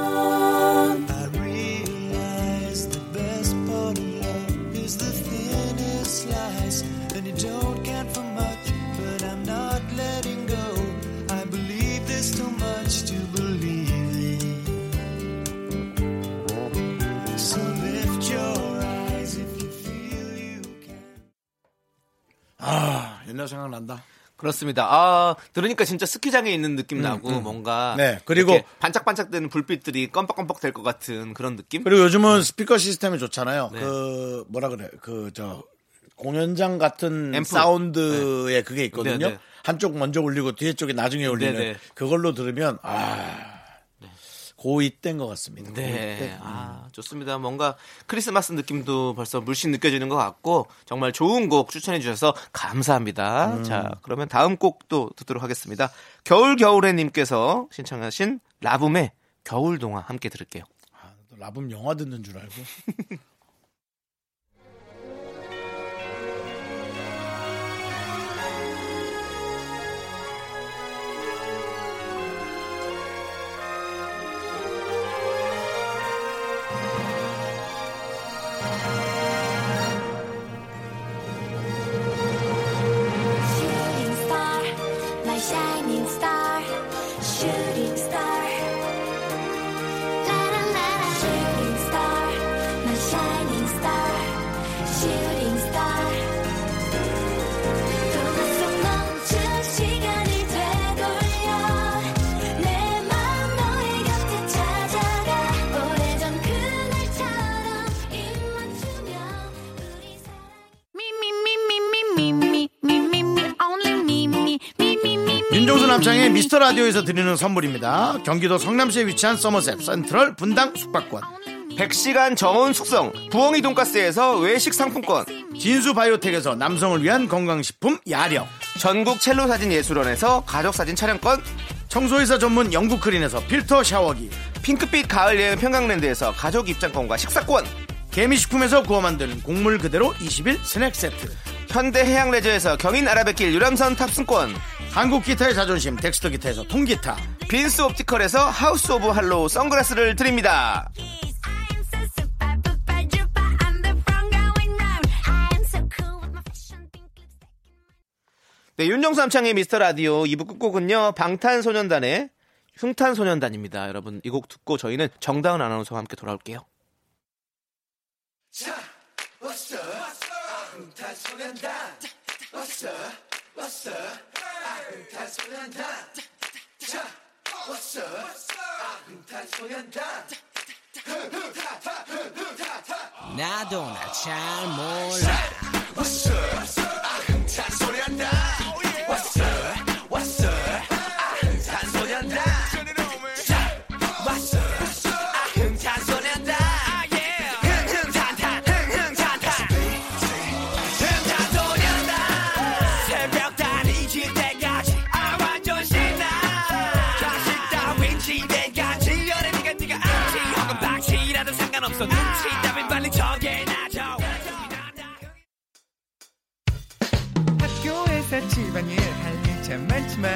Speaker 4: I realize the best part of love is the thinnest slice, and you don't count for much, but I'm not letting go. I believe this too much to believe in. So lift your eyes if you feel you can.
Speaker 1: 아 옛날 생각난다.
Speaker 2: 그렇습니다. 아, 들으니까 진짜 스키장에 있는 느낌 나고 뭔가
Speaker 1: 네, 그리고-
Speaker 2: 이렇게 반짝반짝되는 불빛들이 껌뻑껌뻑 될 것 같은 그런 느낌?
Speaker 1: 그리고 요즘은 스피커 시스템이 좋잖아요. 그 뭐라 그래 그 저 공연장 같은
Speaker 2: 앰프.
Speaker 1: 사운드에 그게 있거든요.
Speaker 2: 네, 네.
Speaker 1: 한쪽 먼저 올리고 뒤에 쪽이 나중에 올리는
Speaker 2: 네, 네.
Speaker 1: 그걸로 들으면 아 고이 때인 것 같습니다. 고이
Speaker 2: 네.
Speaker 1: 때.
Speaker 2: 아, 좋습니다. 뭔가 크리스마스 느낌도 벌써 물씬 느껴지는 것 같고 정말 좋은 곡 추천해 주셔서 감사합니다. 자, 그러면 다음 곡도 듣도록 하겠습니다. 겨울겨울에 님께서 신청하신 라붐의 겨울동화 함께 들을게요.
Speaker 1: 아, 또 라붐 영화 듣는 줄 알고.
Speaker 3: Shooting star, my shining star, shooting star. La la la la, shooting star, my shining.
Speaker 1: 윤종수 남창의 미스터 라디오에서 드리는 선물입니다. 경기도 성남시에 위치한 서머셋 센트럴 분당 숙박권,
Speaker 2: 100시간 정원 숙성 부엉이 돈가스에서 외식 상품권
Speaker 1: 진수 바이오텍에서 남성을 위한 건강식품 야력,
Speaker 2: 전국 첼로 사진 예술원에서 가족 사진 촬영권
Speaker 1: 청소회사 전문 영국 크린에서 필터 샤워기,
Speaker 2: 핑크빛 가을 여행 평강랜드에서 가족 입장권과 식사권
Speaker 1: 개미식품에서 구워 만드는 곡물 그대로 20일 스낵 세트,
Speaker 2: 현대 해양 레저에서 경인 아라뱃길 유람선 탑승권
Speaker 1: 한국 기타의 자존심 덱스터 기타에서 통기타,
Speaker 2: 빈스 옵티컬에서 하우스 오브 할로우 선글라스를 드립니다 네, 윤정수 남창의 미스터 라디오 2부 끝곡은요 방탄소년단의 흉탄소년단입니다 여러분 이 곡 듣고 저희는 정다은 아나운서와 함께 돌아올게요
Speaker 5: 나도 나 잘 몰라
Speaker 4: 아,
Speaker 6: 학교에서 집안일 할 일 참 많지만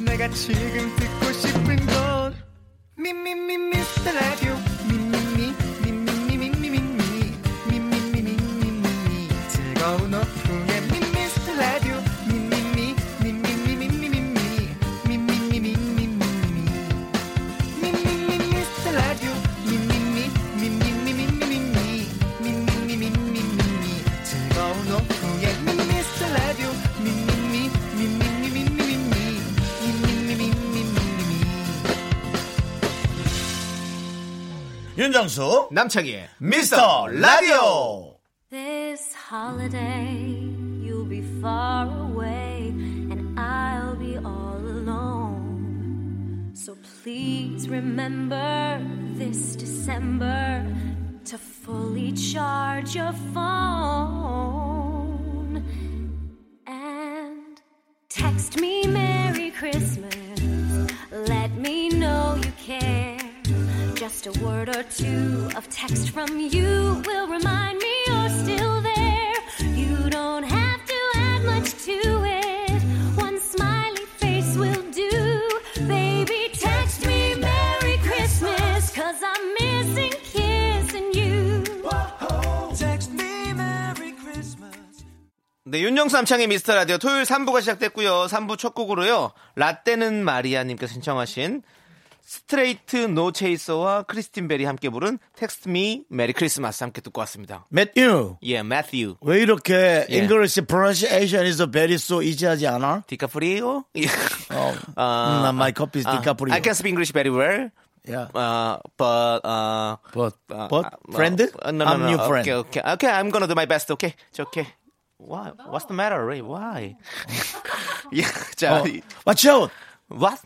Speaker 6: 내가 지금 듣고 싶은 건 미미미 미스터 라디오 미미미 미미미 미미미 미미미 미미미 즐거운 오후에 미스터 라디오 미미미 미미미 미미미 미미미 미미미
Speaker 1: 윤정수
Speaker 2: 남창희의
Speaker 1: 미스터 라디오.
Speaker 3: This holiday, you'll be far away, and I'll be all alone. So please remember this December to fully charge your phone and text me Merry Christmas. Let me know you care. Just a word or two of text from you will remind me you're still there. You don't have to add much to it. One smiley face will do. Baby, text me Merry Christmas, cause I'm missing kissing you.
Speaker 2: 네, 윤정수 남창의 미스터 라디오 토요일 3부가 시작됐고요. 3부 첫 곡으로요. 라떼는 마리아님께서 신청하신 스트레이트 노 체이서와 크리스틴 베리 함께 부른 텍스트 미 메리 크리스마스 함께 듣고 왔습니다.
Speaker 1: 맷유
Speaker 2: 예, 매튜.
Speaker 1: 왜 이렇게
Speaker 2: 예.
Speaker 1: English pronunciation에서 very so easy하지 않아?
Speaker 2: 디카프리오? 예.
Speaker 1: 어,
Speaker 2: 아,
Speaker 1: 음, my cup is
Speaker 2: 아,
Speaker 1: 디카프리오.
Speaker 2: I can speak English very well.
Speaker 1: Yeah.
Speaker 2: Uh, but, uh,
Speaker 1: But,
Speaker 2: uh,
Speaker 1: but,
Speaker 2: uh,
Speaker 1: friend?
Speaker 2: uh, no, no,
Speaker 1: I'm
Speaker 2: no.
Speaker 1: your friend.
Speaker 2: Okay, okay, okay. I'm gonna do my best. Okay, it's okay. Why? What's the matter, Ray? Why? 예, 자,
Speaker 1: 어,
Speaker 2: 이-
Speaker 1: watch out!
Speaker 2: what?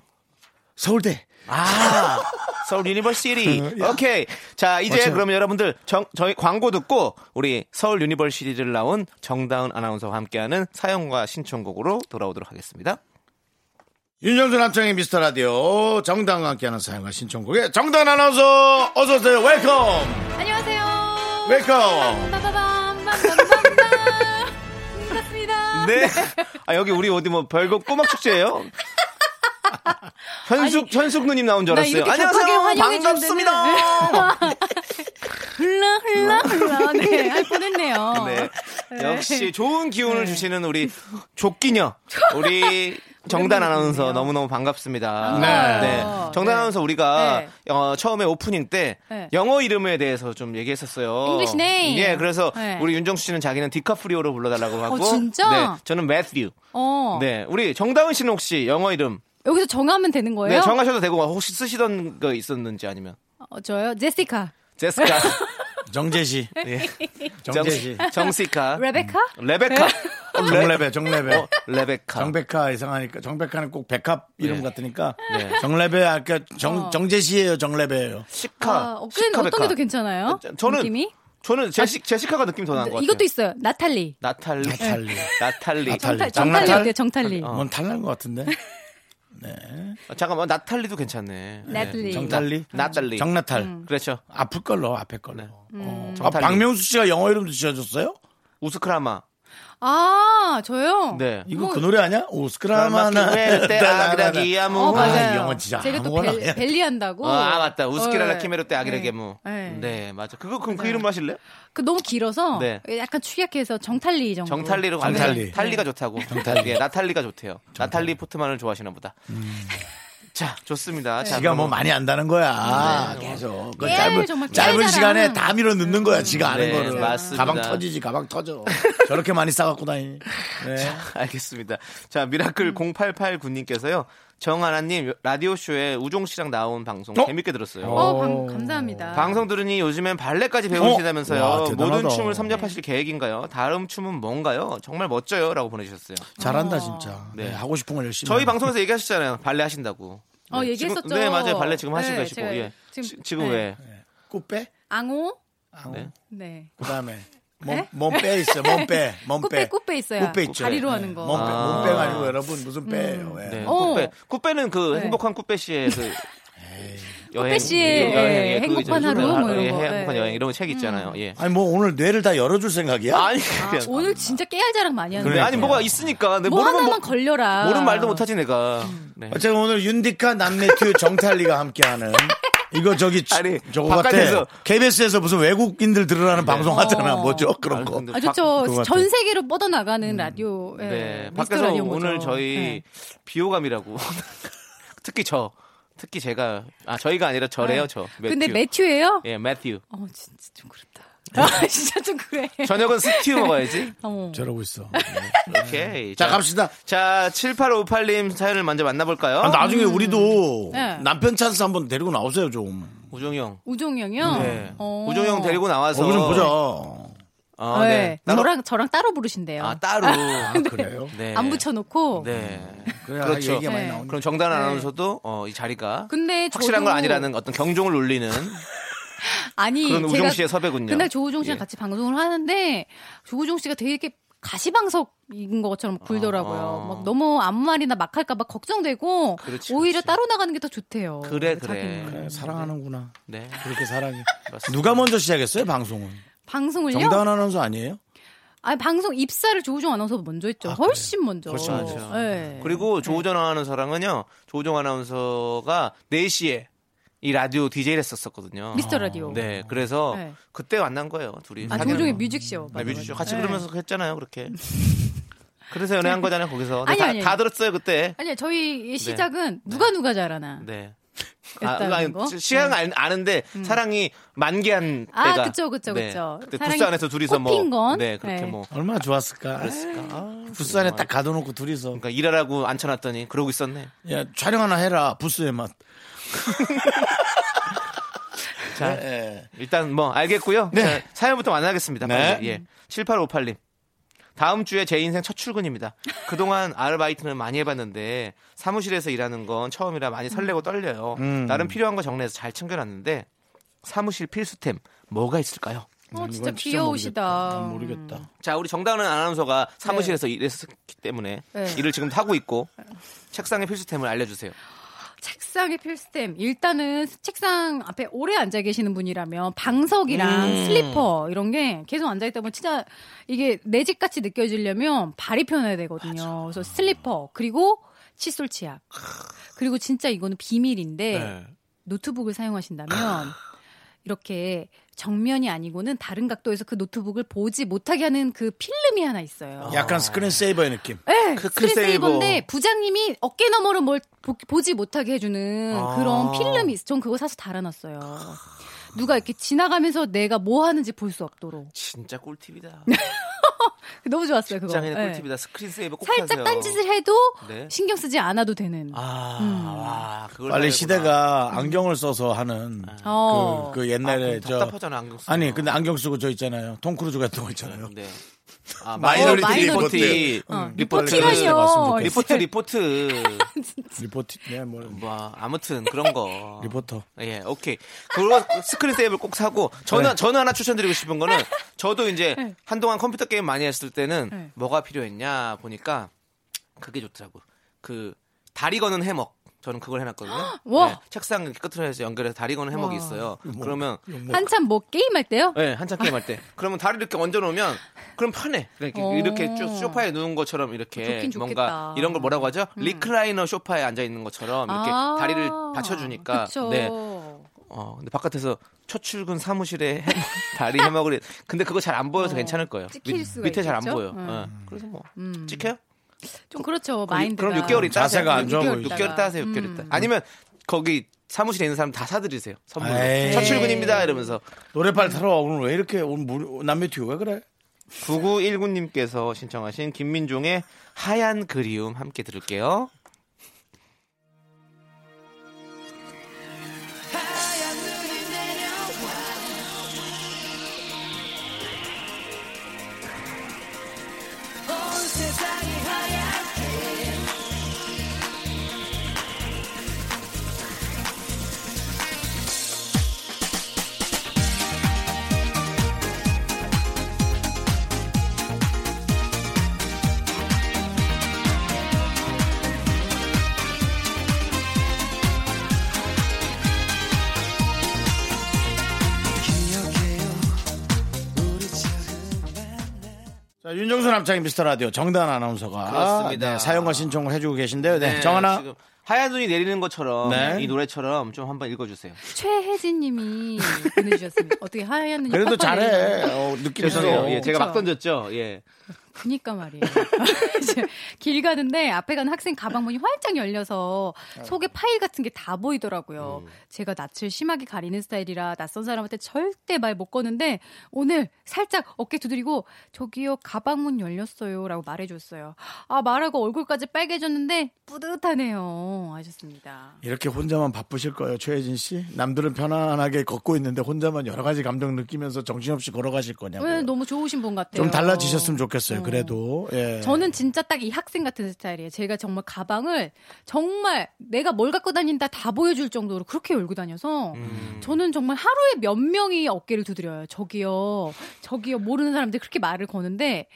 Speaker 1: 서울대.
Speaker 2: 아, 서울 유니버시티. 오케이. 자, 이제
Speaker 1: 맞아요.
Speaker 2: 그러면 여러분들 정- 저희 광고 듣고 우리 서울 유니버시티를 나온 정다은 아나운서와 함께하는 사연과 신청곡으로 돌아오도록 하겠습니다.
Speaker 1: 윤정수 남창의 미스터 라디오 정당과 함께하는 사연과 신청곡의 정당 아나운서 어서 오세요. 웰컴.
Speaker 7: 안녕하세요. 네.
Speaker 1: 웰컴.
Speaker 7: 빰빠밤, 빰빰빰빰. 반갑습니다.
Speaker 2: 네. 아, 여기 우리 어디 뭐 별곡 꼬막 축제예요? 현숙 현숙 누님 나온 줄
Speaker 7: 나
Speaker 2: 알았어요.
Speaker 7: 이렇게
Speaker 2: 안녕하세요.
Speaker 7: 격하게 환영해
Speaker 2: 반갑습니다.
Speaker 7: 흘러, 흘러, 흘러. 네, 할 뻔했네요.
Speaker 2: 네.
Speaker 7: 네.
Speaker 2: 역시 좋은 기운을 주시는 우리 조끼녀 우리 정단 아나운서 너무너무 반갑습니다.
Speaker 1: 네.
Speaker 2: 정단
Speaker 7: 아, 네.
Speaker 2: 아나운서 우리가
Speaker 7: 네.
Speaker 2: 어, 처음에 오프닝 때
Speaker 7: 네.
Speaker 2: 영어 이름에 대해서 좀 얘기했었어요.
Speaker 7: English name.
Speaker 2: 예, 그래서
Speaker 7: 네. 어,
Speaker 2: 우리 윤정수 씨는 자기는 디카프리오로 불러달라고 하고
Speaker 7: 진짜?
Speaker 2: 네, 저는 매튜.
Speaker 7: 어.
Speaker 2: 네, 우리 정다은 씨는 혹시 영어 이름
Speaker 7: 여기서 정하면 되는 거예요?
Speaker 2: 네, 정하셔도 되고 혹시 쓰시던 거 있었는지 아니면
Speaker 7: 어, 저요? 제시카.
Speaker 2: 제스카,
Speaker 1: 정재시.
Speaker 7: 네.
Speaker 2: 예.
Speaker 1: 정재시.
Speaker 2: 정시카,
Speaker 7: 레베카? 네.
Speaker 2: 레베카,
Speaker 1: 정레베, 정레베.
Speaker 2: 어, 레베카.
Speaker 1: 정백화 이상하니까 정백화는 꼭 백합 이름
Speaker 2: 네.
Speaker 1: 같으니까
Speaker 2: 네.
Speaker 1: 정레베 아까 정
Speaker 7: 어.
Speaker 1: 정재 씨예요 정레베요.
Speaker 2: 시카.
Speaker 7: 어, 근데 어떤 게 더 괜찮아요?
Speaker 2: 저는
Speaker 7: 느낌이? 아,
Speaker 2: 저는 제시, 제시카가 느낌이 더 나은 것 같아요.
Speaker 7: 이것도 있어요. 나탈리.
Speaker 2: 나탈리. 네.
Speaker 1: 나탈리.
Speaker 2: 나탈리.
Speaker 7: 정탈,
Speaker 1: 장나탈?
Speaker 7: 정탈리 어때요? 정탈리.
Speaker 2: 어.
Speaker 1: 뭔 탈난 것 같은데
Speaker 7: 네.
Speaker 2: 아, 잠깐만 나탈리도 괜찮네.
Speaker 7: 나탈리. 음.
Speaker 1: 정탈리?
Speaker 2: 나- 나탈리.
Speaker 1: 정나탈
Speaker 2: 그렇죠.
Speaker 1: 아플 걸로 앞에 걸로.
Speaker 2: 네.
Speaker 1: 어. 아,
Speaker 2: 정탈리.
Speaker 1: 박명수 씨가 영어 이름도 지어줬어요?
Speaker 2: 우스크라마.
Speaker 7: 아, 저요?
Speaker 2: 네.
Speaker 1: 이거
Speaker 7: 뭐
Speaker 1: 그 노래 아니야? 오스크라마나
Speaker 2: 아기라기야
Speaker 7: 어,
Speaker 2: 뭐.
Speaker 7: 맞아요.
Speaker 1: 이 영어 진짜
Speaker 7: 제가 또
Speaker 1: 아무거나
Speaker 7: 벨-
Speaker 1: 해야 돼.
Speaker 7: 벨리 한다고.
Speaker 2: 아 맞다. 우스키라라
Speaker 7: 네.
Speaker 2: 키메로 때 아기라게 뭐.
Speaker 7: 네.
Speaker 2: 네 맞아. 그거 그럼 그 이름으로 하실래요?
Speaker 7: 그 너무 길어서
Speaker 2: 네.
Speaker 7: 약간 축약해서 정탈리 정도.
Speaker 2: 정탈리로 가면
Speaker 1: 정탈리.
Speaker 7: 네.
Speaker 2: 탈리가 좋다고. 정탈리. 예, 나탈리가 좋대요. 나탈리 포트만을 좋아하시나 보다. 자
Speaker 1: 음.
Speaker 2: 좋습니다. 자, 네, 뭐.
Speaker 1: 지가 뭐
Speaker 2: 그럼-
Speaker 1: 많이 안다는 거야. 그래서
Speaker 2: 예,
Speaker 1: 그
Speaker 7: 깨알
Speaker 1: 짧은
Speaker 7: 정말
Speaker 1: 짧은
Speaker 7: 깨알잖아.
Speaker 1: 시간에 다 밀어 넣는 거야. 지가 아는
Speaker 2: 네,
Speaker 1: 거를.
Speaker 2: 맞습니다.
Speaker 1: 가방 터지지 가방 터져. 저렇게 많이 싸갖고 다니. 네.
Speaker 2: 알겠습니다. 자 미라클
Speaker 7: 음.
Speaker 2: 0889님께서요. 정하나님 라디오 쇼에 우종 씨랑 나온 방송
Speaker 1: 어?
Speaker 2: 재밌게 들었어요.
Speaker 7: 어, 방, 감사합니다.
Speaker 2: 방송 들으니 요즘엔 발레까지
Speaker 1: 어? 와,
Speaker 2: 배우시다면서요.
Speaker 1: 대단하다.
Speaker 2: 모든 춤을 섭렵하실 계획인가요? 다음 춤은 뭔가요? 정말 멋져요라고 보내주셨어요.
Speaker 1: 잘한다 진짜. 네.
Speaker 2: 네.
Speaker 1: 하고 싶은 걸 열심히.
Speaker 2: 저희
Speaker 1: 하고.
Speaker 2: 방송에서 얘기하셨잖아요. 발레 하신다고.
Speaker 7: 어,
Speaker 2: 네,
Speaker 7: 얘기했었죠.
Speaker 2: 지금- 네, 맞아요. 발레 지금 하시고
Speaker 7: 네,
Speaker 2: 계시고.
Speaker 7: 제가
Speaker 2: 예.
Speaker 7: 지금-
Speaker 2: 지- 지금
Speaker 7: 네.
Speaker 2: 왜?
Speaker 1: 꽃배?
Speaker 7: 앙호?
Speaker 2: 네.
Speaker 7: 네.
Speaker 1: 그다음에
Speaker 7: 네?
Speaker 1: 몸빼 있어. 몸빼.
Speaker 7: 꽃배,
Speaker 1: 몸빼.
Speaker 7: 꽃배 있어요.
Speaker 1: 꽃배 있죠.
Speaker 7: 다리로
Speaker 1: 네.
Speaker 7: 하는 거.
Speaker 1: 몸빼.
Speaker 2: 아.
Speaker 1: 몸빼가 아니고 여러분 무슨 빼예요. 예.
Speaker 2: 네.
Speaker 7: 어.
Speaker 2: 꽃배. 꽃배는 그
Speaker 7: 네.
Speaker 2: 행복한 꽃배 씨의 그 여행,
Speaker 7: 꽃배 씨의
Speaker 2: 예, 여행, 예,
Speaker 7: 행복한
Speaker 2: 그 이제
Speaker 7: 하루
Speaker 2: 요즘에
Speaker 7: 뭐 이런
Speaker 2: 예,
Speaker 7: 거.
Speaker 2: 행복한
Speaker 7: 네.
Speaker 2: 여행 이런 책 있잖아요. 예.
Speaker 1: 아니 뭐 오늘 뇌를 다 열어줄 생각이야?
Speaker 2: 아니
Speaker 7: 아,
Speaker 2: 그냥
Speaker 7: 오늘 진짜 깨알 자랑 많이 하는데.
Speaker 2: 네, 아니 뭐가 있으니까. 근데
Speaker 7: 뭐
Speaker 2: 모르면
Speaker 7: 하나만 아. 음.
Speaker 2: 뭐,
Speaker 7: 걸려라.
Speaker 2: 모르는 말도 못하지 내가. 네.
Speaker 1: 예. 어쨌든 오늘 윤디카 남내튜 정탈리가 함께하는 이거 저기 치-
Speaker 2: 아니,
Speaker 1: 저거
Speaker 2: 바깥에서-
Speaker 1: 같아. KBS에서 무슨 외국인들 들으라는 방송 하잖아.
Speaker 7: 어.
Speaker 1: 뭐죠 그런
Speaker 2: 아니,
Speaker 1: 거.
Speaker 2: 근데
Speaker 7: 아,
Speaker 1: 바- 그거
Speaker 7: 좋죠.
Speaker 1: 같아요.
Speaker 7: 전 세계로 뻗어나가는 라디오. 예,
Speaker 2: 음. 네.
Speaker 7: 미스터
Speaker 2: 밖에서
Speaker 7: 라디오인 거죠.
Speaker 2: 오늘 저희
Speaker 7: 네.
Speaker 2: 비호감이라고. 특히 저. 특히 제가 아 저희가 아니라 저래요
Speaker 7: 네.
Speaker 2: 저.
Speaker 7: 근데
Speaker 2: 매튜.
Speaker 7: 매튜예요?
Speaker 2: 예, 매튜.
Speaker 7: 어, 진짜 좀 그렇다.
Speaker 2: 네.
Speaker 7: 아, 진짜 좀 그래.
Speaker 2: 저녁은 스튜 먹어야지.
Speaker 7: 어.
Speaker 1: 저러고 있어.
Speaker 2: 오케이.
Speaker 1: 자 갑시다.
Speaker 2: 자, 7858님 사연을 먼저 만나볼까요?
Speaker 1: 아, 나중에 우리도
Speaker 7: 음. 네.
Speaker 1: 남편 찬스 한번 데리고 나오세요 좀.
Speaker 2: 우종이 형.
Speaker 7: 우종이 형이요?
Speaker 2: 네.
Speaker 7: 어.
Speaker 2: 우종이 형 데리고 나와서.
Speaker 1: 거기 좀 보자.
Speaker 2: 어,
Speaker 7: 네.
Speaker 2: 네. 따로-
Speaker 7: 저랑, 저랑 따로 부르신대요.
Speaker 2: 아, 따로.
Speaker 1: 그래요?
Speaker 2: 네.
Speaker 7: 안 붙여놓고.
Speaker 2: 네.
Speaker 1: 그래야
Speaker 2: 그렇죠.
Speaker 1: 얘기가 많이
Speaker 7: 네.
Speaker 1: 나오니까.
Speaker 2: 그럼 정단 아나운서도 어, 이 자리가
Speaker 7: 근데
Speaker 2: 확실한
Speaker 7: 저도-
Speaker 2: 건 아니라는 어떤 경종을 울리는
Speaker 7: 아니
Speaker 2: 그런
Speaker 7: 제가
Speaker 2: 우종 씨의 섭외군요.
Speaker 7: 그날 조우종 씨랑
Speaker 2: 예.
Speaker 7: 같이 방송을 하는데 조우종 씨가 되게 이렇게 가시방석인 것처럼 굴더라고요.
Speaker 2: 아.
Speaker 7: 막 너무 아무 말이나 막 할까봐 걱정되고
Speaker 2: 그렇지,
Speaker 7: 오히려
Speaker 2: 그렇지.
Speaker 7: 따로 나가는 게 더 좋대요.
Speaker 2: 그래, 그래.
Speaker 7: 자기는.
Speaker 1: 그래, 사랑하는구나.
Speaker 2: 네.
Speaker 1: 그렇게 사랑해.
Speaker 2: 맞습니다.
Speaker 1: 누가 먼저 시작했어요 방송은?
Speaker 7: 방송을요?
Speaker 1: 정다은 아나운서 아니에요?
Speaker 7: 아니 방송 입사를 조우종 아나운서 먼저 했죠. 훨씬 먼저.
Speaker 1: 훨씬
Speaker 2: 먼저.
Speaker 7: 예.
Speaker 2: 네. 그리고 조우정 아나운서랑은요. 조우정 아나운서가 4시에 이 라디오 DJ를 했었었거든요.
Speaker 7: 미스터 라디오.
Speaker 2: 네. 그래서
Speaker 7: 네.
Speaker 2: 그때 만난 거예요, 둘이.
Speaker 7: 아
Speaker 2: 사귀는
Speaker 7: 조우종의
Speaker 2: 거.
Speaker 7: 뮤직쇼.
Speaker 2: 네, 뮤지션 같이
Speaker 7: 예.
Speaker 2: 그러면서 했잖아요 그렇게 그래서 연애한 거잖아요 거기서
Speaker 7: 아니,
Speaker 2: 다,
Speaker 7: 아니, 아니.
Speaker 2: 다 들었어요 그때
Speaker 7: 아니 저희 시작은 누가 누가 잘하나.
Speaker 2: 네 아,
Speaker 7: 였다는 거? 네. 음.
Speaker 2: 시향 아는데 사랑이 만개한
Speaker 7: 아,
Speaker 2: 때가 네.
Speaker 7: 그쵸, 그쵸, 그쵸.
Speaker 2: 그때
Speaker 7: 사랑이
Speaker 2: 부산에서 둘이서
Speaker 7: 꽃핀
Speaker 2: 뭐
Speaker 7: 건?
Speaker 2: 네 그렇게
Speaker 7: 네.
Speaker 2: 뭐
Speaker 1: 얼마나 좋았을까. 아, 부산에 딱 가둬놓고 둘이서
Speaker 2: 그러니까 일하라고 앉혀놨더니 그러고 있었네
Speaker 1: 야 촬영 하나 해라 부스에 맛.
Speaker 2: 자
Speaker 1: 예.
Speaker 2: 일단 뭐 알겠고요 자, 사연부터 만나겠습니다
Speaker 1: 네.
Speaker 2: 빨리. 예 7858님 다음 주에 제 인생 첫 출근입니다. 그동안 아르바이트는 많이 해봤는데 사무실에서 일하는 건 처음이라 많이 설레고 떨려요. 나름 필요한 거 정리해서 잘 챙겨놨는데 사무실 필수템 뭐가 있을까요?
Speaker 7: 어 진짜
Speaker 1: 이건
Speaker 7: 귀여우시다.
Speaker 1: 모르겠다. 난 모르겠다.
Speaker 2: 자 우리 정다은 아나운서가 사무실에서 일했었기 때문에
Speaker 7: 네.
Speaker 2: 일을 지금 하고 있고 책상의 필수템을 알려주세요.
Speaker 7: 책상의 필수템. 일단은 책상 앞에 오래 앉아 계시는 분이라면 방석이랑 슬리퍼 이런 게 계속 앉아 있다 보면 진짜 이게 내 집 같이 느껴지려면 발이 편해야 되거든요. 그래서 슬리퍼 그리고 칫솔 치약. 그리고 진짜 이거는 비밀인데 노트북을 사용하신다면 이렇게 정면이 아니고는 다른 각도에서 그 노트북을 보지 못하게 하는 그 필름이 하나 있어요.
Speaker 2: 아,
Speaker 1: 약간 스크린 세이버의 느낌.
Speaker 7: 네,
Speaker 2: 그
Speaker 7: 스크린
Speaker 2: 세이버.
Speaker 7: 세이버인데 부장님이 어깨 너머로 뭘 보, 지 못하게 해주는
Speaker 2: 아.
Speaker 7: 그런 필름이 있어. 전 그거 사서 달아놨어요. 누가 이렇게 지나가면서 내가 뭐 하는지 볼 수 없도록
Speaker 2: 진짜 꿀팁이다.
Speaker 7: 너무 좋았어요 그거.
Speaker 2: 직장인의
Speaker 7: 네.
Speaker 2: 꿀팁이다. 스크린 세이버 꼭
Speaker 7: 살짝
Speaker 2: 하세요.
Speaker 7: 딴짓을 해도 음.
Speaker 2: 네.
Speaker 7: 신경 쓰지 않아도 되는.
Speaker 2: 아, 와, 그걸
Speaker 1: 빨리
Speaker 2: 하는구나.
Speaker 1: 시대가 안경을 써서 하는
Speaker 7: 어.
Speaker 1: 그, 그
Speaker 2: 아,
Speaker 1: 옛날에
Speaker 2: 그럼
Speaker 1: 저
Speaker 2: 답답하잖아 안경 쓰
Speaker 1: 아니 근데 안경 쓰고 저 있잖아요. 톰 크루즈 같은 거 있잖아요.
Speaker 2: 네. 아,
Speaker 1: 마이너리티
Speaker 2: 마이너리티
Speaker 7: 리포트.
Speaker 2: 리포트.
Speaker 7: 어,
Speaker 2: 음, 리포트.
Speaker 7: 리포티라니요.
Speaker 2: 리포트, 리포트.
Speaker 1: 리포트 네, 뭐
Speaker 2: 뭐, 아무튼 그런 거.
Speaker 1: 리포터.
Speaker 2: 예, 오케이. 그거 스크린 세이블 꼭 사고 저는
Speaker 1: 네.
Speaker 2: 저는 하나 추천드리고 싶은 거는 저도 이제 한동안 컴퓨터 게임 많이 했을 때는
Speaker 7: 네.
Speaker 2: 뭐가 필요했냐 보니까 그게 좋더라고. 그 다리 거는 해먹. 저는 그걸 해놨거든요.
Speaker 7: 와.
Speaker 2: 네, 책상 이렇게 끝으로 해서 연결해서 다리 거는 해먹이
Speaker 7: 와.
Speaker 2: 있어요. 그러면
Speaker 7: 한참 뭐 게임할 때요?
Speaker 2: 예, 한참 게임 할 때. 그러면 다리 이렇게 얹어 놓으면 그럼 편해. 이렇게
Speaker 7: 어.
Speaker 2: 이렇게 쭉 소파에 누운 것처럼 이렇게
Speaker 7: 좋긴 좋겠다. 음.
Speaker 2: 뭔가 이런 걸 뭐라고 하죠? 리클라이너 소파에 앉아 있는 것처럼 이렇게
Speaker 7: 아,
Speaker 2: 다리를 받쳐 주니까
Speaker 7: 그쵸.
Speaker 2: 네. 어, 근데 바깥에서 첫 출근 사무실에 해- 다리 해먹으래. 근데 그거 잘 안 보여서
Speaker 7: 어,
Speaker 2: 괜찮을 거예요.
Speaker 7: 찍힐 수가
Speaker 2: 밑에 잘 안
Speaker 7: 있겠죠?
Speaker 2: 보여.
Speaker 7: 음.
Speaker 2: 예. 그래서 뭐 찍혀요?
Speaker 7: 좀 그렇죠. 마인드가. 음,
Speaker 2: 그럼 6개월 있다.
Speaker 1: 자세가
Speaker 2: 하세요.
Speaker 1: 안 좋아
Speaker 2: 6개월,
Speaker 1: 보이죠.
Speaker 2: 6개월 있다 하세요. 6개월 있다. 아니면 거기 사무실에 있는 사람 다 사드리세요. 선물로.
Speaker 1: 에이.
Speaker 2: 첫 출근입니다. 이러면서
Speaker 1: 노래빨 타러 오늘 왜 이렇게 오늘 물, 남매 튀고 왜 그래?
Speaker 2: 9919님께서 신청하신 김민종의 하얀 그리움 함께 들을게요.
Speaker 1: 자, 윤정수 남창의 미스터 라디오 정단 아나운서가
Speaker 2: 그렇습니다.
Speaker 1: 네, 사연과 신청을 해주고 계신데요. 네,
Speaker 2: 네,
Speaker 1: 정하나
Speaker 2: 지금 하얀 눈이 내리는 것처럼
Speaker 1: 네.
Speaker 2: 이 노래처럼 좀 한번 읽어주세요.
Speaker 7: 최혜진 님이 보내주셨습니다. 어떻게 하얀 눈이
Speaker 1: 그래도
Speaker 7: 팍팍
Speaker 1: 잘해.
Speaker 7: 내리는지.
Speaker 1: 어, 느낌 있어.
Speaker 2: 죄송해요. 예, 제가 막 던졌죠. 예.
Speaker 7: 그니까 말이에요. 이제 길 가는데 앞에 가는 학생 가방 문이 활짝 열려서 속에 파일 같은 게 다 보이더라고요.
Speaker 1: 음.
Speaker 7: 제가 낯을 심하게 가리는 스타일이라 낯선 사람한테 절대 말 못 거는데 오늘 살짝 어깨 두드리고 저기요 가방 문 열렸어요라고 말해줬어요. 아 말하고 얼굴까지 빨개졌는데 뿌듯하네요 하셨습니다.
Speaker 1: 이렇게 혼자만 바쁘실 거예요, 최혜진 씨. 남들은 편안하게 걷고 있는데 혼자만 여러 가지 감정 느끼면서 정신없이 걸어가실 거냐고.
Speaker 7: 왜 네, 너무 좋으신 분 같아요.
Speaker 1: 네,
Speaker 7: 음.
Speaker 1: 좀 달라지셨으면 좋겠어요. 그래도
Speaker 2: 네.
Speaker 1: 예.
Speaker 7: 저는 진짜 딱 이 학생 같은 스타일이에요. 제가 정말 가방을 정말 내가 뭘 갖고 다닌다 다 보여줄 정도로 그렇게 열고 다녀서
Speaker 2: 음.
Speaker 7: 저는 정말 하루에 몇 명이 어깨를 두드려요. 저기요, 저기요 모르는 사람들 그렇게 말을 거는데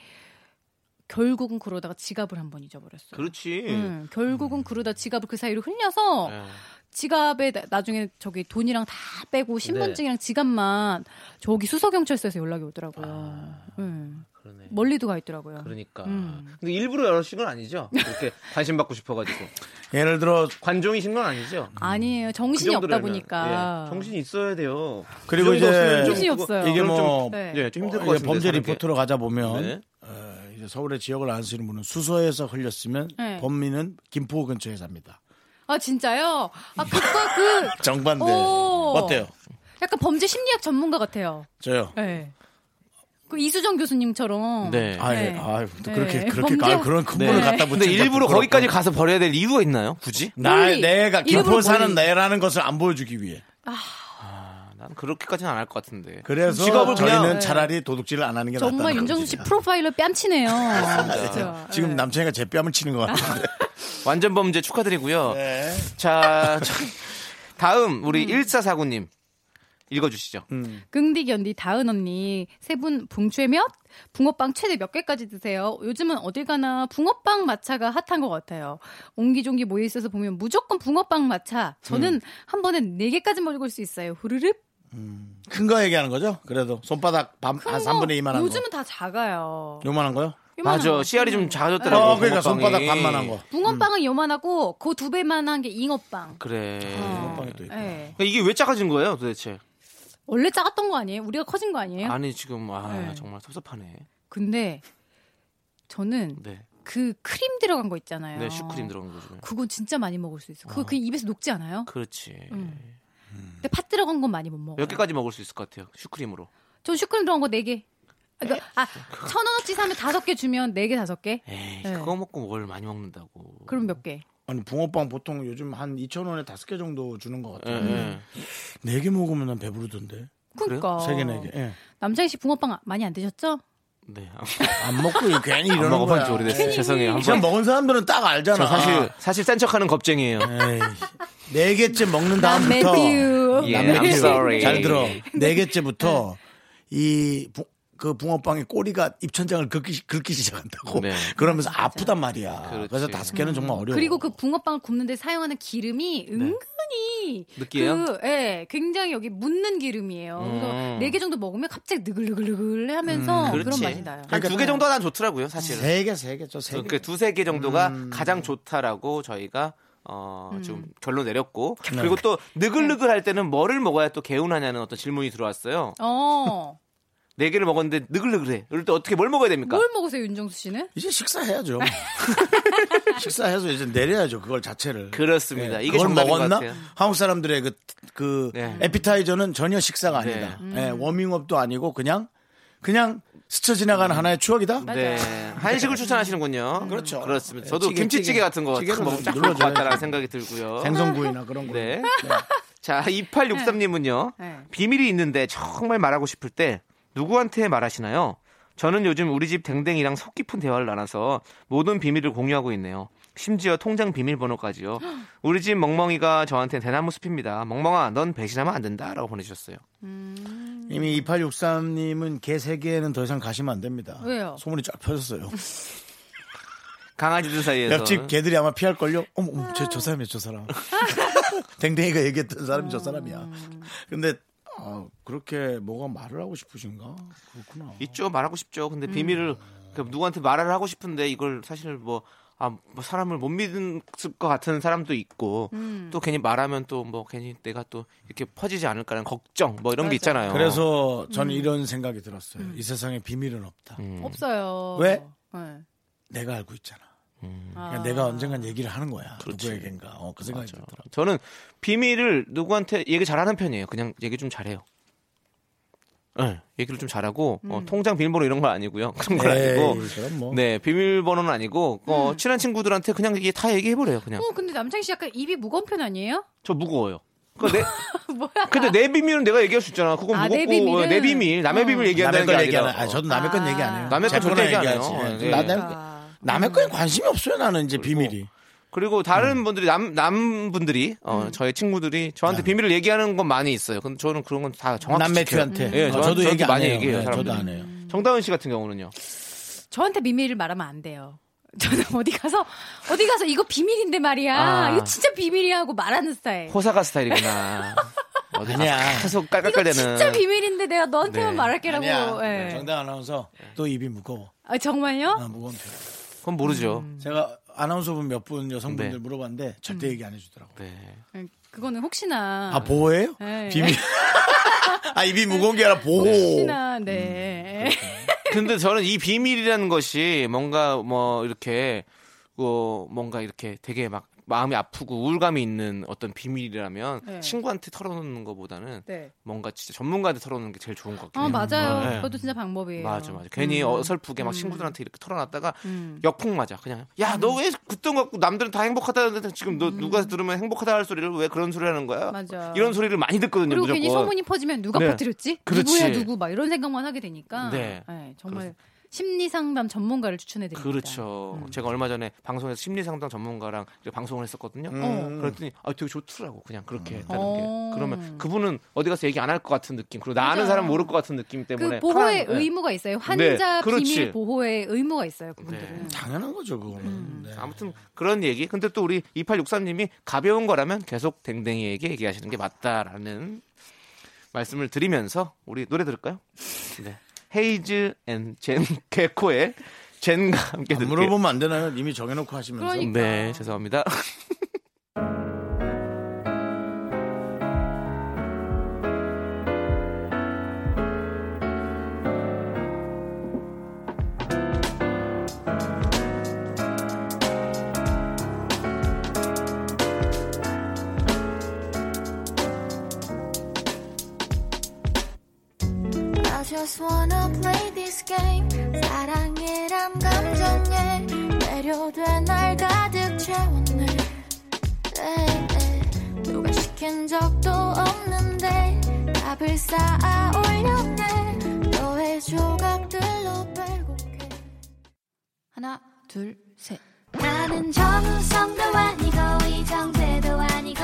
Speaker 7: 결국은 그러다가 지갑을 한 번 잊어버렸어요.
Speaker 2: 그렇지.
Speaker 7: 음, 결국은 그러다 지갑을 그 사이로 흘려서
Speaker 2: 예.
Speaker 7: 지갑에 나, 나중에 저기 돈이랑 다 빼고 신분증이랑
Speaker 2: 네.
Speaker 7: 지갑만 저기 수서경찰서에서 연락이 오더라고요. 음,
Speaker 2: 아, 그러네.
Speaker 7: 멀리도 가 있더라고요.
Speaker 2: 그러니까.
Speaker 7: 음.
Speaker 2: 근데 일부러 열으신 건 아니죠? 이렇게 관심 받고 싶어가지고
Speaker 1: 예를 들어
Speaker 2: 관종이신 건 아니죠?
Speaker 7: 아니에요.
Speaker 2: 그
Speaker 7: 정신이 없다
Speaker 2: 정도라면.
Speaker 7: 보니까.
Speaker 2: 예, 정신이 있어야 돼요.
Speaker 1: 그리고
Speaker 2: 그
Speaker 1: 이제
Speaker 2: 정도 없으면 좀
Speaker 7: 정신이
Speaker 2: 그거-
Speaker 7: 없어요.
Speaker 1: 이게
Speaker 2: 그럼 좀-
Speaker 1: 뭐
Speaker 7: 네.
Speaker 2: 예, 좀 힘들
Speaker 1: 어, 이제
Speaker 2: 것 같은데
Speaker 1: 범죄
Speaker 2: 사는 게.
Speaker 1: 리포트로 가자 보면
Speaker 2: 네.
Speaker 1: 어, 이제 서울의 지역을 아시는 분은 수서에서 흘렸으면
Speaker 7: 네.
Speaker 1: 범인은 김포 근처에 삽니다.
Speaker 7: 아 진짜요? 아 그거 그
Speaker 1: 정반대.
Speaker 7: 오.
Speaker 1: 어때요?
Speaker 7: 약간 범죄 심리학 전문가 같아요.
Speaker 1: 저요.
Speaker 7: 예. 네. 그 이수정 교수님처럼.
Speaker 2: 네.
Speaker 1: 아, 예.
Speaker 7: 네.
Speaker 1: 아유, 또 그렇게
Speaker 7: 네.
Speaker 1: 그렇게
Speaker 7: 범죄-
Speaker 1: 가, 그런 큰문을
Speaker 2: 네.
Speaker 1: 갖다 붙인
Speaker 2: 근데 일부러 거기까지 가서 버려야 될 이유가 있나요? 굳이?
Speaker 1: 나
Speaker 7: 논리.
Speaker 1: 내가 김포
Speaker 7: 일부러
Speaker 1: 사는
Speaker 7: 논리.
Speaker 1: 내라는 것을 안 보여주기 위해.
Speaker 2: 아, 난 그렇게까지는 안 할 것 같은데.
Speaker 1: 그래서
Speaker 2: 직업을
Speaker 1: 저희는
Speaker 2: 그냥-
Speaker 1: 차라리 도둑질을 안 하는 게 낫다.
Speaker 7: 네. 정말 윤정수 씨 프로파일러 뺨치네요. 진짜.
Speaker 1: 지금
Speaker 7: 예.
Speaker 1: 남창이가 제 뺨을 치는 것 같은데.
Speaker 2: 완전 범죄 축하드리고요.
Speaker 1: 네.
Speaker 2: 자, 참. 다음 음. 우리 1449님 읽어주시죠.
Speaker 7: 긍디 견디 다은 언니 세 분 붕추의 몇? 붕어빵 최대 몇 개까지 드세요? 요즘은 어딜 가나 붕어빵 마차가 핫한 것 같아요. 옹기종기 모여 있어서 보면 무조건 붕어빵 마차. 저는 한 번에 네 개까지 먹을 수 있어요. 후루룩.
Speaker 1: 큰 거 얘기하는 거죠? 그래도 손바닥 밤,
Speaker 7: 큰
Speaker 1: 한
Speaker 7: 거
Speaker 1: 3분의 2만한
Speaker 7: 요즘은 다 작아요.
Speaker 1: 거. 요만한 거요?
Speaker 7: 요만한
Speaker 2: 맞아,
Speaker 7: 거. 음.
Speaker 2: 씨알이 좀
Speaker 1: 어,
Speaker 2: 작아졌더라고.
Speaker 1: 그러니까
Speaker 2: 붕어빵이.
Speaker 1: 손바닥 반만한 거.
Speaker 2: 음.
Speaker 7: 붕어빵은 요만하고 그 두 배만한 게 잉어빵.
Speaker 2: 그래.
Speaker 1: 붕어빵이 또 있고.
Speaker 7: 예.
Speaker 2: 그러니까 이게 왜 작아진 거예요, 도대체?
Speaker 7: 원래 작았던 거 아니에요? 우리가 커진 거 아니에요?
Speaker 2: 아니 지금 아
Speaker 7: 예? 네.
Speaker 2: 정말 섭섭하네.
Speaker 7: 근데 저는
Speaker 2: 네,
Speaker 7: 그 크림 들어간 거 있잖아요.
Speaker 2: 네 슈크림 들어간 거죠. 아.
Speaker 7: 그건 진짜 많이 먹을 수 있어. 그거 그냥 입에서 녹지 않아요?
Speaker 2: 그렇지.
Speaker 7: 음. 근데 팥 들어간 건 많이 못 먹어요.
Speaker 2: 몇 개까지 먹을 수 있을 것 같아요, 슈크림으로.
Speaker 7: 전 슈크림 들어간 거 4개. 그러니까, 아, 천 원어치 사면 다섯 개 주면 네 개 다섯 개?
Speaker 2: 에이,
Speaker 7: 네.
Speaker 2: 그거 먹고 뭘 많이 먹는다고.
Speaker 7: 그럼 몇 개?
Speaker 1: 아니, 붕어빵 보통 요즘 한 2,000원에 5개 정도 주는 것
Speaker 2: 예,
Speaker 1: 같아요.
Speaker 2: 예.
Speaker 1: 네 개 먹으면 난 배부르던데.
Speaker 7: 그러니까.
Speaker 1: 세 개, 네 개. 예.
Speaker 7: 남자희 씨 붕어빵 많이 안 드셨죠?
Speaker 2: 네.
Speaker 1: 안 먹고 괜히
Speaker 2: 안
Speaker 1: 이러는
Speaker 2: 먹어본
Speaker 1: 거야.
Speaker 2: 지 오래됐어요. 죄송해요.
Speaker 1: 그냥
Speaker 2: 한번
Speaker 1: 먹은 사람들은 딱 알잖아.
Speaker 2: 저 사실 사실 싼 척하는 겁쟁이에요.
Speaker 1: 에이, 네 개째 먹는
Speaker 7: 난
Speaker 1: 다음부터
Speaker 7: 매튜.
Speaker 2: 예,
Speaker 1: 남
Speaker 2: I'm
Speaker 1: 매튜.
Speaker 2: sorry.
Speaker 1: 잘 들어. 네 개째부터 이 그 붕어빵의 꼬리가 입천장을 긁기, 긁기 시작한다고.
Speaker 2: 네.
Speaker 1: 그러면서 아프단 말이야.
Speaker 2: 그렇지.
Speaker 1: 그래서 다섯 개는 정말 어려워.
Speaker 7: 그리고 그 붕어빵을 굽는데 사용하는 기름이 은근히
Speaker 2: 네. 느끼해요?
Speaker 7: 그, 예, 굉장히 여기 묻는 기름이에요. 그래서 네 개 정도 먹으면 갑자기 느글느글느글 하면서 그러니까 그런
Speaker 2: 음. 그렇지.
Speaker 7: 맛이 나요.
Speaker 2: 한 그러니까 두 개 정도가 난 좋더라고요, 사실은.
Speaker 1: 세 개, 세 개, 저세 개.
Speaker 2: 그 두세 개 정도가 가장 좋다라고 저희가 어, 지금 결론 내렸고 그리고 또 느글느글할 때는 뭐를 먹어야 또 개운하냐는 어떤 질문이 들어왔어요.
Speaker 7: 어.
Speaker 2: 네 개를 먹었는데 느글느글해. 이럴 때 어떻게 뭘 먹어야 됩니까?
Speaker 7: 뭘 먹으세요, 윤정수 씨는?
Speaker 1: 이제 식사해야죠. 식사해서 이제 내려야죠. 그걸 자체를.
Speaker 2: 그렇습니다.
Speaker 1: 예,
Speaker 2: 이게
Speaker 1: 그걸
Speaker 2: 정답인
Speaker 1: 먹었나?
Speaker 2: 것 같아요.
Speaker 1: 한국 사람들의 그, 그
Speaker 2: 네.
Speaker 1: 에피타이저는 전혀 식사가
Speaker 2: 네.
Speaker 1: 아니다.
Speaker 7: 음.
Speaker 1: 예, 워밍업도 아니고 그냥 그냥 스쳐 지나간 하나의 추억이다.
Speaker 2: 네. 한식을 추천하시는군요.
Speaker 1: 그렇죠.
Speaker 2: 그렇습니다.
Speaker 1: 네,
Speaker 2: 저도
Speaker 1: 찌개,
Speaker 2: 김치찌개
Speaker 1: 찌개.
Speaker 2: 같은 거
Speaker 1: 찌개를
Speaker 2: 먹으면 쫙 먹을
Speaker 1: 눌러줘야지.
Speaker 2: 것 같다라는 생각이 들고요.
Speaker 1: 생선구이나 그런 거.
Speaker 2: 네. 자, 2863님은요.
Speaker 7: 네.
Speaker 2: 비밀이 있는데 정말 말하고 싶을 때 누구한테 말하시나요? 저는 요즘 우리 집 댕댕이랑 속 깊은 대화를 나눠서 모든 비밀을 공유하고 있네요. 심지어 통장 비밀번호까지요. 우리 집 멍멍이가 저한테 대나무 숲입니다. 멍멍아, 넌 배신하면 안 된다라고 보내주셨어요.
Speaker 1: 이미 2863님은 개 세개에는더 이상 가시면 안 됩니다.
Speaker 7: 왜요?
Speaker 1: 소문이 쫙 퍼졌어요.
Speaker 2: 강아지들 사이에서
Speaker 1: 옆집 개들이 아마 피할걸요? 어머, 어머 저, 저 사람이야, 저 사람. 댕댕이가 얘기했던 사람이 저 사람이야. 근데, 아, 그렇게 뭐가 말을 하고 싶으신가? 그렇구나.
Speaker 2: 있죠 말하고 싶죠 근데 비밀을 그 누구한테 말을 하고 싶은데 이걸 사실 뭐 아, 뭐 사람을 못 믿을 것 같은 사람도 있고 또 괜히 말하면 또 뭐 괜히 내가 또 이렇게 퍼지지 않을까라는 걱정 뭐 이런 게 있잖아요.
Speaker 1: 그래서
Speaker 2: 어.
Speaker 1: 저는 이런 생각이 들었어요. 이 세상에 비밀은 없다.
Speaker 7: 없어요.
Speaker 1: 왜?
Speaker 7: 네.
Speaker 1: 내가 알고 있잖아. 그냥
Speaker 7: 아.
Speaker 1: 내가 언젠간 얘기를 하는 거야. 누구에겐가. 어, 그 생각이
Speaker 2: 맞아요.
Speaker 1: 들더라고.
Speaker 2: 저는 비밀을 누구한테 얘기 잘하는 편이에요. 그냥 얘기 좀 잘해요. 네, 얘기를 좀 잘하고 어, 통장 비밀번호 이런 건 아니고요. 그런 건 아니고
Speaker 1: 에이, 그럼 뭐.
Speaker 2: 네 비밀번호는 아니고 어, 친한 친구들한테 그냥 이게 다 얘기해 버려요. 그냥
Speaker 7: 어, 근데 남창희 씨 약간 입이 무거운 편 아니에요?
Speaker 2: 저 무거워요. 그러니까 내,
Speaker 7: 뭐야?
Speaker 2: 근데 내 비밀은 내가 얘기할 수 있잖아. 그건
Speaker 7: 아,
Speaker 2: 무겁고
Speaker 7: 내 비밀은?
Speaker 2: 내 비밀, 남의
Speaker 7: 어.
Speaker 2: 비밀
Speaker 1: 남의
Speaker 2: 얘기한다는 게
Speaker 1: 건
Speaker 2: 아니라.
Speaker 1: 얘기하는, 아, 저도 남의 건 얘기 안 해요.
Speaker 2: 남의 건
Speaker 1: 제 거나
Speaker 2: 절대 얘기 안 해요.
Speaker 1: 얘기하지.
Speaker 2: 예.
Speaker 1: 나- 남,
Speaker 7: 그러니까.
Speaker 1: 남의 거에 관심이 없어요, 나는 이제 비밀이.
Speaker 2: 그리고
Speaker 1: 음.
Speaker 2: 다른 분들이 남 남분들이 어,
Speaker 7: 음.
Speaker 2: 저의 친구들이 저한테 비밀을 얘기하는 건 많이 있어요. 근데 저는 그런 건 다 정확히
Speaker 1: 남매튜
Speaker 2: 지켜요.
Speaker 1: 한테
Speaker 2: 예,
Speaker 1: 어,
Speaker 2: 저한테-
Speaker 1: 저도
Speaker 2: 저한테
Speaker 1: 얘기 안
Speaker 2: 많이
Speaker 1: 해요.
Speaker 2: 얘기해요.
Speaker 1: 예, 저도
Speaker 2: 사람들이.
Speaker 1: 안 해요.
Speaker 2: 정다은 씨 같은 경우는요.
Speaker 7: 저한테 비밀을 말하면 안 돼요. 저는 어디 가서 어디 가서 이거 비밀인데 말이야.
Speaker 2: 아.
Speaker 7: 이거 진짜 비밀이야 하고 말하는 스타일.
Speaker 2: 호사가 스타일이구나. 어디
Speaker 1: 아니야.
Speaker 2: 가서 계속
Speaker 7: 이거
Speaker 2: 깔깔대는.
Speaker 7: 진짜 비밀인데 내가 너한테만
Speaker 2: 네.
Speaker 7: 말할게라고.
Speaker 1: 아니야. 네,
Speaker 7: 예.
Speaker 1: 정당 아나운서 또 입이 무거워.
Speaker 7: 아, 정말요?
Speaker 1: 아, 무거운 편.
Speaker 2: 그건 모르죠.
Speaker 7: 음.
Speaker 1: 제가 아나운서분 몇 분 여성분들
Speaker 2: 네.
Speaker 1: 물어봤는데 절대 얘기 안 해주더라고.
Speaker 2: 네.
Speaker 7: 예, 그거는 혹시나
Speaker 1: 아, 보호예요?
Speaker 7: 네.
Speaker 1: 비밀. 아 입이 무거운 게 아니라 보호.
Speaker 7: 혹시나 네.
Speaker 2: 근데 저는 이 비밀이라는 것이 뭔가 뭐 이렇게 어 뭔가 이렇게 되게 막 마음이 아프고 우울감이 있는 어떤 비밀이라면
Speaker 7: 네. 친구한테
Speaker 2: 친구한테 털어놓는 것보다는
Speaker 7: 네.
Speaker 2: 뭔가 진짜 전문가한테 털어놓는 게 제일 좋은 것 같아요.
Speaker 7: 아, 맞아요. 음.
Speaker 2: 네.
Speaker 7: 그것도 진짜 방법이에요.
Speaker 2: 맞아, 맞아. 괜히 어설프게 막 친구들한테 이렇게 털어놨다가
Speaker 7: 음,
Speaker 2: 역풍 맞아. 그냥 야 너 왜 그돈 갖고 남들은 다 행복하다는데 지금 너 누가 들으면 행복하다 할 소리를 왜 그런 소리 하는 거야?
Speaker 7: 음. 맞아.
Speaker 2: 이런 소리를 많이 듣거든요.
Speaker 7: 그리고
Speaker 2: 무조건.
Speaker 7: 괜히 소문이 퍼지면 누가
Speaker 2: 네.
Speaker 7: 퍼뜨렸지?
Speaker 2: 그렇지.
Speaker 7: 누구야 누구 막 이런 생각만 하게 되니까.
Speaker 2: 네.
Speaker 7: 예, 정말 심리 상담 전문가를 추천해 드립니다. 음.
Speaker 2: 그렇죠. 제가 얼마 전에 방송에서 심리상담 전문가랑 이렇게 방송을 했었거든요. 그랬더니 아 되게 좋더라고 그냥 그렇게 했다는
Speaker 7: 음. 어.
Speaker 2: 게. 그러면 그분은 어디 가서 얘기 안 할 것 같은 느낌. 그리고 나 아는
Speaker 7: 맞아.
Speaker 2: 사람 모를 것 같은 느낌 때문에
Speaker 7: 그 보호의
Speaker 2: 편한- 네.
Speaker 7: 의무가 있어요. 환자
Speaker 2: 그렇지. 네.
Speaker 7: 비밀 보호의 의무가 있어요. 그분들은.
Speaker 1: 당연한 거죠 그거는. 네.
Speaker 2: 아무튼 그런 얘기. 근데 또 우리 2863님이 가벼운 거라면 계속 댕댕이에게 얘기하시는 게 맞다라는 말씀을 드리면서 우리 노래 들을까요? 네. 헤이즈 앤젠 개코의 젠과 함께
Speaker 1: 안
Speaker 2: 들을게요.
Speaker 1: 물어보면 안 되나요? 이미 정해놓고 하시면서.
Speaker 7: 그러니까.
Speaker 2: 네, 죄송합니다.
Speaker 3: I just wanna play this game 사랑이란 감정에 매료된 날 가득 채웠네 에, 에. 누가 시킨 적도 없는데 답을 쌓아 올렸네 너의 조각들로 빼고
Speaker 8: 하나, 둘, 셋.
Speaker 3: 나는 정우성도 아니고 이정재도 아니고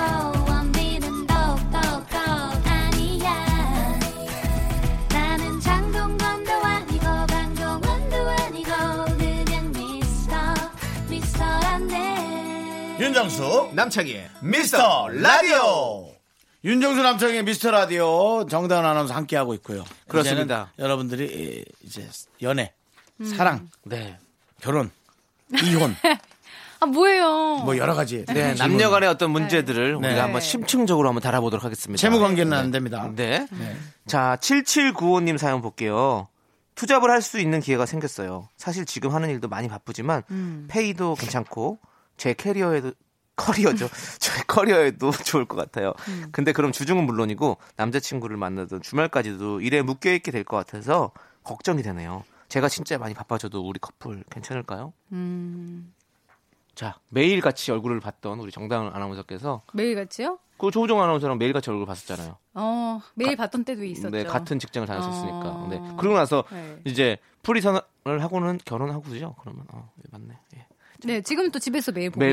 Speaker 3: 원빈은 더욱더 아니야 나는 장동건도 아니고 강동원도 아니고 그냥 미스터 미스터란데
Speaker 1: 윤정수
Speaker 2: 남창희의
Speaker 1: 미스터 라디오 윤정수 남창의 미스터 라디오 정다은 아나운서 함께 하고 있고요.
Speaker 2: 그렇습니다.
Speaker 1: 이제는 여러분들이 이제 연애, 사랑,
Speaker 2: 네.
Speaker 1: 결혼, 이혼
Speaker 7: 아 뭐예요?
Speaker 1: 뭐 여러 가지 질문.
Speaker 2: 네, 남녀 간의 어떤 문제들을
Speaker 1: 네.
Speaker 2: 우리가 한번 심층적으로 한번 달아보도록 하겠습니다.
Speaker 1: 채무 관계는 안 됩니다.
Speaker 2: 네. 자, 7795님 사연 볼게요. 투잡을 할 수 있는 기회가 생겼어요. 사실 지금 하는 일도 많이 바쁘지만 페이도 괜찮고 제 캐리어에도 커리어죠. 제 커리어에도 좋을 것 같아요. 근데 그럼 주중은 물론이고 남자친구를 만나던 주말까지도 일에 묶여 있게 될 것 같아서 걱정이 되네요. 제가 진짜 많이 바빠져도 우리 커플 괜찮을까요? 자, 매일 같이 얼굴을 봤던 우리 정당 아나운서께서
Speaker 7: 매일 같이요?
Speaker 2: 그 조우종 아나운서랑 매일 같이 얼굴 봤었잖아요.
Speaker 7: 어 매일 봤던 때도 있었죠.
Speaker 2: 네, 같은 직장을 다녔었으니까.
Speaker 7: 어.
Speaker 2: 네. 그러고 나서
Speaker 7: 네.
Speaker 2: 이제 프리선을 하고는 결혼하고죠. 그러면 어, 예, 맞네. 예.
Speaker 7: 네, 지금 또 집에서 매일 보고
Speaker 2: 매일